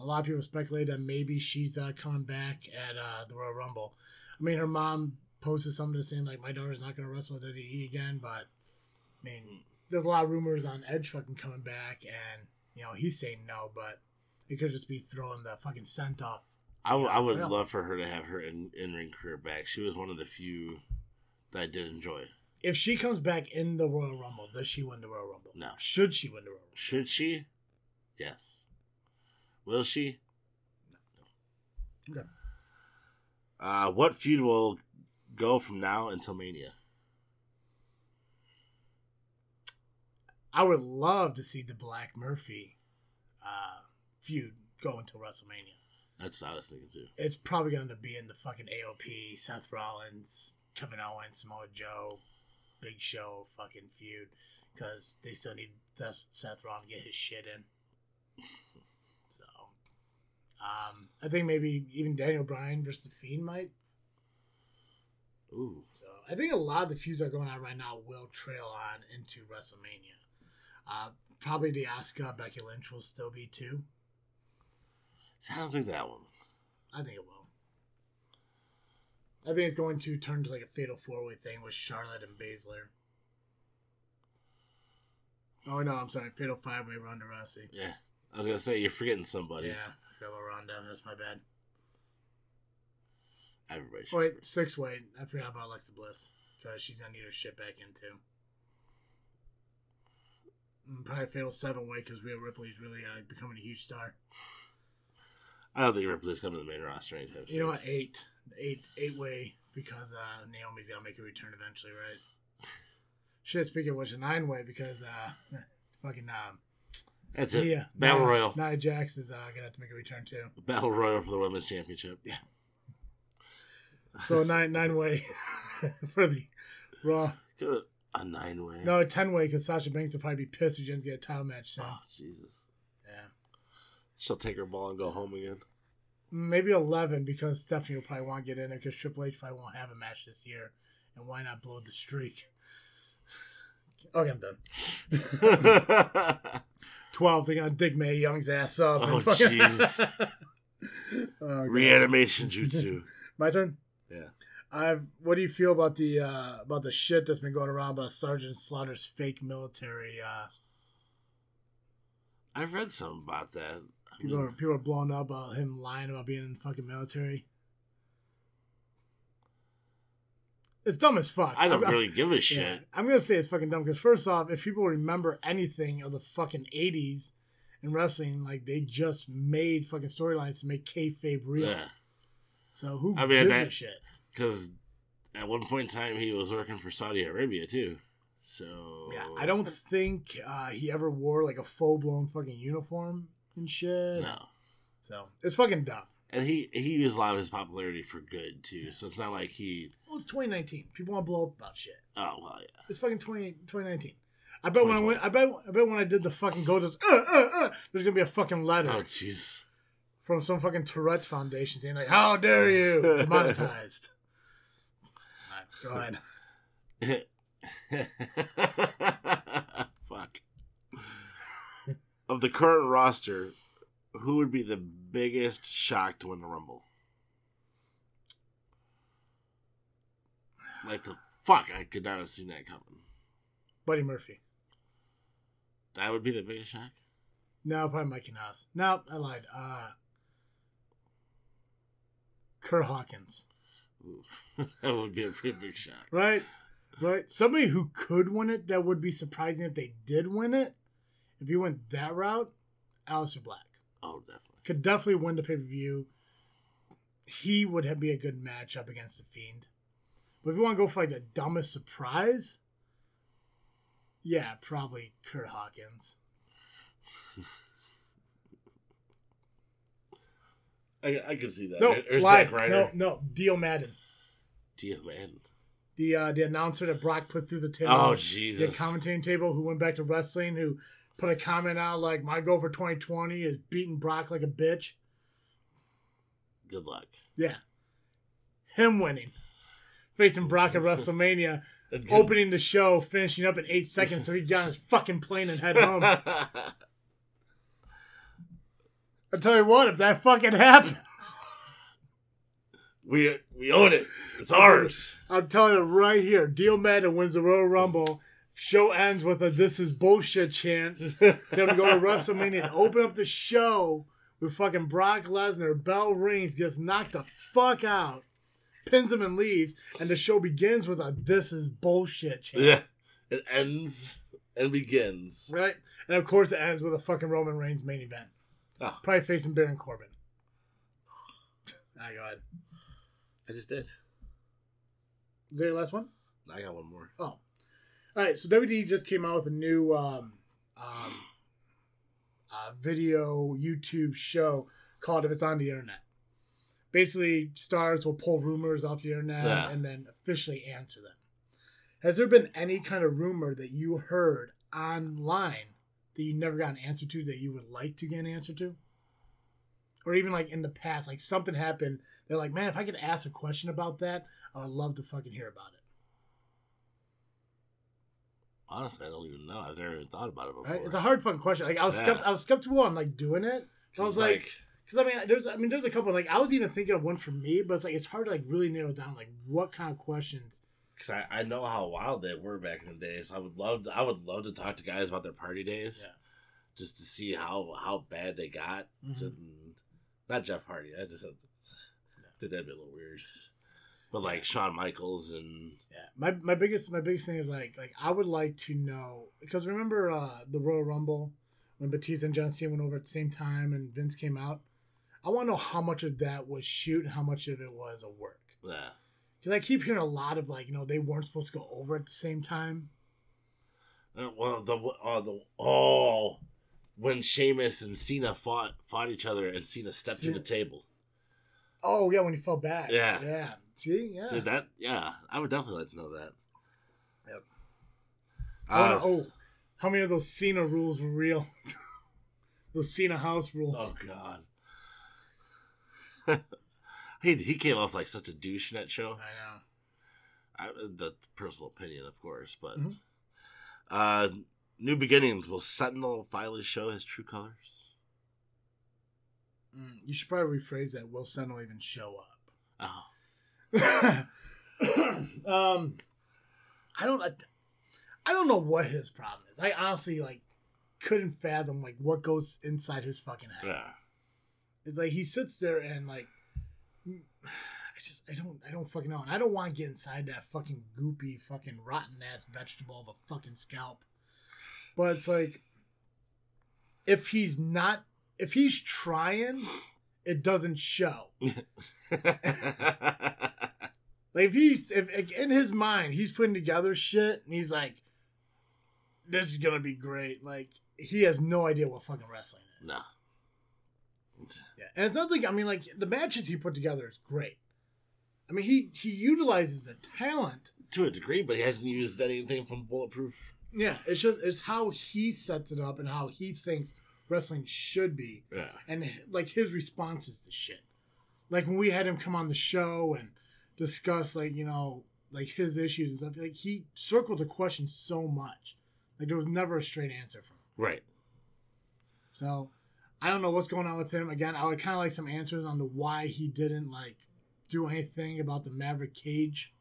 S1: a lot of people speculate that maybe she's uh, coming back at uh, the Royal Rumble. I mean, her mom posted something saying like, my daughter's not going to wrestle at E WWE again, but I mean, there's a lot of rumors on Edge fucking coming back, and you know, he's saying no, but it could just be throwing the fucking scent off.
S2: I, w- I would
S1: Yeah.
S2: love for her to have her in in ring career back. She was one of the few that I did enjoy.
S1: If she comes back in the Royal Rumble, does she win the Royal Rumble?
S2: No.
S1: Should she win the Royal Rumble?
S2: Should she? Yes. Will she?
S1: Okay.
S2: Uh, what feud will go from now until Mania?
S1: I would love to see the Black Murphy uh, feud go until WrestleMania.
S2: That's what I was thinking too.
S1: It's probably going to be in the fucking AOP, Seth Rollins, Kevin Owens, Samoa Joe, Big Show fucking feud because they still need Seth Seth Rollins to get his shit in. *laughs* So, um, I think maybe even Daniel Bryan versus The Fiend might.
S2: Ooh,
S1: So I think a lot of the feuds that are going on right now will trail on into WrestleMania. Uh, probably the Asuka Becky Lynch will still be too.
S2: so I don't think that one.
S1: I think it will. I think it's going to turn to like a fatal four way thing with Charlotte and Baszler. Oh no, I'm sorry, fatal five way Ronda Rousey.
S2: Yeah, I was gonna say you're forgetting somebody.
S1: Yeah, forgot about Ronda. That's my bad.
S2: Everybody. Should
S1: Wait, six way. I forgot about Alexa Bliss because she's gonna need her shit back in too. And probably fatal seven way because Rhea Ripley's really uh, becoming a huge star.
S2: I don't think Ripley's coming to the main roster anytime soon.
S1: You know what? Eight, eight, eight way because uh, Naomi's gonna make a return eventually, right? Shit. Speaking of which, a nine way because uh, *laughs* fucking um,
S2: That's it.
S1: yeah,
S2: Battle
S1: Nia,
S2: Royal.
S1: Nia Jax is uh, gonna have to make a return too.
S2: Battle Royal for the women's championship.
S1: Yeah. So nine, nine way *laughs* for the Raw.
S2: Good. A nine way.
S1: No, ten way because Sasha Banks will probably be pissed if she doesn't get a title match soon.
S2: Oh Jesus.
S1: Yeah.
S2: She'll take her ball and go home
S1: *laughs*
S2: again. *laughs*
S1: Maybe 11 because Stephanie will probably want to get in it because Triple H probably won't have a match this year. And why not blow the streak? Okay, I'm done. 12, they're going to dig May Young's ass up. and *laughs*
S2: Oh,
S1: fucking-
S2: jeez.
S1: Oh, God.
S2: Reanimation
S1: *laughs*
S2: jutsu.
S1: My turn?
S2: Yeah.
S1: I. What do you feel about the uh, about the shit that's been going around about Sergeant Slaughter's fake military? Uh,
S2: I've read something about that. I
S1: people, are,
S2: mean,
S1: people are blowing up about him lying about being in the fucking military. It's dumb as fuck.
S2: I don't
S1: I'm-
S2: really give a
S1: Yeah,
S2: shit.
S1: I'm gonna say it's fucking dumb because first off, if people remember anything of the fucking '80s in wrestling, like they just made fucking storylines to make kayfabe real.
S2: Yeah.
S1: So who
S2: I
S1: gives
S2: mean,
S1: a
S2: that-
S1: shit?
S2: Because at one point in time, he was working for Saudi Arabia, too. So.
S1: Yeah, I don't think uh, he ever wore like a full blown fucking uniform and shit.
S2: know.
S1: So it's fucking dumb.
S2: And he, he used a lot of his popularity for good, too. So it's not like he.
S1: Well, it's 2019. People want to blow up about shit.
S2: Oh, well, yeah.
S1: It's fucking 20, 2019. I bet when I went, I bet, I bet when I did the fucking go just, uh, uh, uh, there's gonna be a fucking letter.
S2: Oh, jeez.
S1: from some fucking Tourette's Foundation saying like, "How dare you?" Demonetized. All right, go ahead.
S2: *laughs* Fuck. Of the current roster, who would be the biggest shock to win the Rumble? Like the fuck, I could not have seen that coming.
S1: Buddy Murphy.
S2: That would be the biggest shock.
S1: No, probably Mikey Nas. No, I lied. Uh, Kerr Hawkins.
S2: Ooh. *laughs* that would be a pretty big shock.
S1: Right, right. Somebody who could win it that would be surprising if they did win it. If you went that route, Alistair Black
S2: Oh, definitely.
S1: could definitely win the pay per view. He would have, be a good matchup against the Fiend. But if you want to go for like the dumbest surprise, yeah, probably Kurt Hawkins.
S2: I, I could see that.
S1: No,
S2: Or- or
S1: lied.
S2: Zack Ryder.
S1: no, no, Dio Madden,
S2: Dear man.
S1: the uh, the announcer that Brock put through the table.
S2: Oh,
S1: the
S2: Jesus.
S1: commentating table who went back to wrestling who put a comment out like my goal for 2020 is beating Brock like a bitch.
S2: Good luck.
S1: Yeah, him winning, facing Brock at WrestleMania.
S2: And good
S1: opening the show, finishing up in eight seconds, so he got on his fucking plane and head
S2: *laughs*
S1: home. I tell you what, if that fucking happens,
S2: we we own it. It's ours.
S1: I'm telling you right here, Deal Madden wins the Royal Rumble, Show ends with a "This is bullshit" chant. *laughs* Tell him to go to WrestleMania and open up the show with fucking Brock Lesnar. Bell rings, gets knocked the fuck out, pins him and leaves, and the show begins with a "This is bullshit" chant.
S2: yeah. It ends and begins.
S1: Right? And of course, it ends with a fucking Roman Reigns main event.
S2: Oh.
S1: Probably facing Baron Corbin. I God.
S2: I just did.
S1: Is that your last one?
S2: I got one more.
S1: Oh. All right. So WD just came out with a new um, um, uh, video YouTube show called If It's On the Internet. Basically, stars will pull rumors off the internet
S2: Yeah.
S1: and then officially answer them. Has there been any kind of rumor that you heard online that you never got an answer to that you would like to get an answer to? Or even like in the past, like something happened, they're like, man, if I could ask a question about that, I would love to fucking hear about it.
S2: Honestly, I don't even know. I've never even thought about it before.
S1: Right? It's a hard fucking question. Like I was skept-
S2: Yeah.
S1: I was skeptical on like doing it. I was
S2: It's
S1: like, because I mean, there's I mean, there's a couple. Like I was even thinking of one for me, but it's like it's hard to like really narrow down like what kind of questions.
S2: because I, I know how wild they were back in the day. So I would love to, I would love to talk to guys about their party days,
S1: Yeah.
S2: just to see how how bad they got.
S1: Mhm.
S2: Didn't- Not Jeff Hardy. I just did that'd be a little weird. But like Shawn Michaels and
S1: Yeah. My my biggest my biggest thing is like like I would like to know because remember uh the Royal Rumble when Batista and John Cena went over at the same time and Vince came out. I want to know how much of that was shoot and how much of it was a work.
S2: uh,
S1: Because I keep hearing a lot of like you know they weren't supposed to go over at the same time.
S2: uh, well the uh, the oh when Sheamus and Cena fought fought each other and Cena stepped
S1: Cena-
S2: to the table.
S1: Oh yeah, when he fell back.
S2: Yeah.
S1: yeah. See, yeah.
S2: So that yeah, I would definitely like to know that.
S1: Yep. oh,
S2: Uh,
S1: no. oh, how many of those Cena rules were real? *laughs* those Cena house rules.
S2: Oh God. *laughs* he he came off like such a douche in that show.
S1: know.
S2: I, the personal opinion, of course, but
S1: Mhm.
S2: uh, new beginnings. Will Sentinel finally show his true colors?
S1: Mm, you should probably rephrase that. Will Sentinel even show up? *laughs*
S2: Oh,
S1: *coughs* um, I don't. I, I don't know what his problem is. I honestly like couldn't fathom like what goes inside his fucking head.
S2: yeah.
S1: It's like he sits there and like *sighs* I just I don't I don't fucking know. And I don't want to get inside that fucking goopy fucking rotten ass vegetable of a fucking scalp. But it's like if he's not if he's trying, it doesn't show. Like if he's if, if in his mind he's putting together shit and he's like, This is gonna be great. Like he has no idea what fucking wrestling is.
S2: *laughs* no.
S1: Yeah, and it's not like I mean, like the matches he put together is great. I mean, he he utilizes the talent.
S2: To a degree, but he hasn't used anything from Bulletproof.
S1: Yeah, it's just it's how he sets it up and how he thinks wrestling should be,
S2: Yeah.
S1: and like his responses to shit. Like when we had him come on the show and discuss like you know like his issues and stuff, like he circled the question so much, like there was never a straight answer from him.
S2: Right.
S1: So I don't know what's going on with him. Again, I would kind of like some answers on the why he didn't like do anything about the Maverick cage.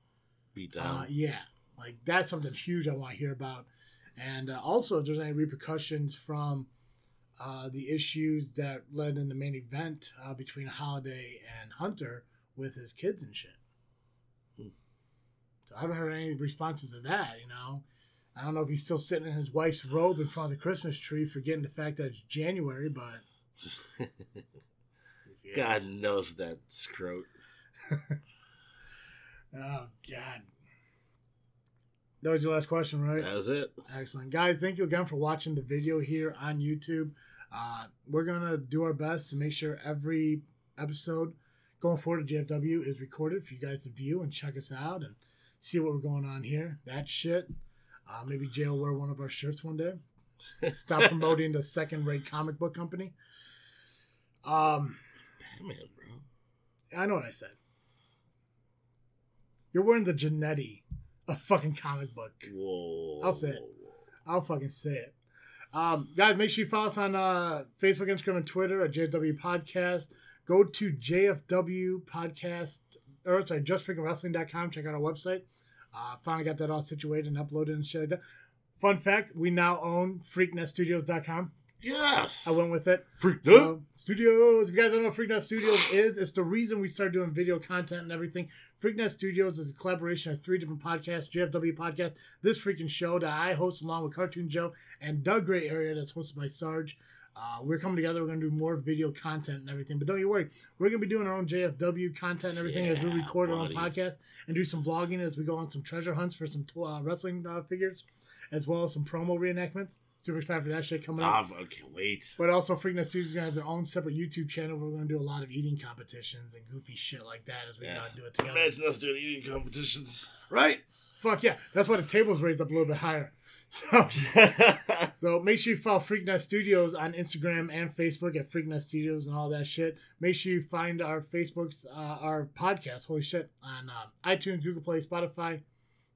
S2: Beat
S1: Uh,
S2: down.
S1: yeah, like that's something huge I want to hear about. And uh, also, if there's any repercussions from uh, the issues that led in the main event uh, between Holiday and Hunter with his kids and shit.
S2: Hmm.
S1: So I haven't heard any responses to that. You know, I don't know if he's still sitting in his wife's robe in front of the Christmas tree, forgetting the fact that it's January. But
S2: *laughs*
S1: if he is-
S2: God knows that scrote.
S1: oh God. That was your last question, right?
S2: That was it.
S1: Excellent. Guys, thank you again for watching the video here on YouTube. Uh, we're going to do our best to make sure every episode going forward to JFW is recorded for you guys to view and check us out and see what we're going on here. That shit. Uh, maybe Jay will wear one of our shirts one day. Stop promoting the second rate comic book company. Um,
S2: Batman, bro.
S1: I know what I said. You're wearing the Genetti of fucking comic book.
S2: Whoa.
S1: I'll say it. I'll fucking say it. Um, guys, make sure you follow us on uh, Facebook, Instagram, and Twitter at JFW Podcast. Go to JFW Podcast, or sorry, justfreakingwrestling.com. Check out our website. Uh, finally got that all situated and uploaded and shit like that. Fun fact: We now own FreakNestStudios.com.
S2: Yes.
S1: I went with it.
S2: Freaked out.
S1: Um, studios. If you guys don't know what FreakNet Studios is, it's the reason we started doing video content and everything. FreakNet Studios is a collaboration of three different podcasts, JFW Podcast, This Freaking Show that I host along with Cartoon Joe and Doug Gray Area that's hosted by Sarge. Uh, we're coming together. We're going to do more video content and everything. But don't you worry. We're going to be doing our own JFW content and everything as we
S2: Yeah,
S1: record our own
S2: buddy.
S1: podcast and do some vlogging as we go on some treasure hunts for some uh, wrestling uh, figures as well as some promo reenactments. Super excited for that shit coming up.
S2: Ah, I can't wait.
S1: But also, Freaknet Studios is gonna have their own separate YouTube channel. Where we're gonna do a lot of eating competitions and goofy shit like that as we
S2: Yeah.
S1: uh, do it together.
S2: Imagine us doing eating competitions, right?
S1: Fuck yeah! That's why the table's raised up a little bit higher. *laughs* So,
S2: *laughs* yeah,
S1: so make sure you follow Freaknet Studios on Instagram and Facebook at Freaknet Studios and all that shit. Make sure you find our Facebook's uh, our podcast. Holy shit! On uh, iTunes, Google Play, Spotify.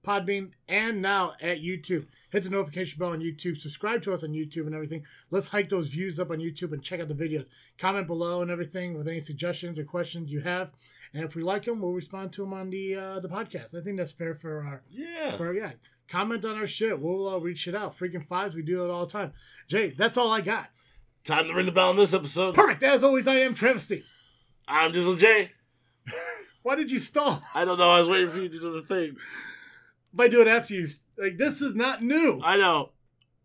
S1: Podbean and now at YouTube. Hit the notification bell on YouTube. Subscribe to us on YouTube and everything. Let's hike those views up on YouTube and check out the videos. Comment below and everything with any suggestions or questions you have. And if we like them, we'll respond to them on the uh, the podcast. I think that's fair for our for yeah. Comment on our shit. We'll uh, reach it out. Freaking fives, we do it all the time. Jay, that's all I got.
S2: time to ring the bell on this episode.
S1: Perfect. As always, I am Travesty.
S2: I'm Dizzle J.
S1: Why did you stall? *laughs*
S2: I don't know. I was waiting for you to do the thing.
S1: If I do it after you, like this is not new.
S2: I know.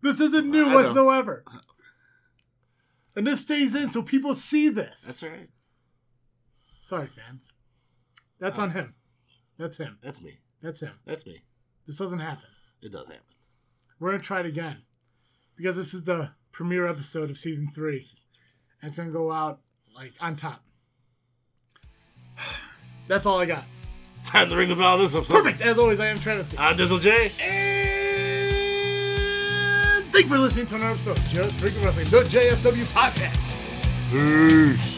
S1: This isn't new
S2: I know. *laughs*
S1: whatsoever. And this stays in so people see this.
S2: That's all right.
S1: Sorry, fans. That's
S2: Oh.
S1: on him. That's him.
S2: That's me.
S1: That's him.
S2: That's me.
S1: This doesn't happen.
S2: It does happen.
S1: We're going to try it again because this is the premiere episode of season three. And it's going to go out like on top. *sighs* That's all I got.
S2: Time to ring the bell on this episode.
S1: Perfect. As always, I am Travis.
S2: I'm Dizzle J.
S1: And thank you for listening to another episode of Just Freaking Wrestling, the JFW podcast.
S2: Peace.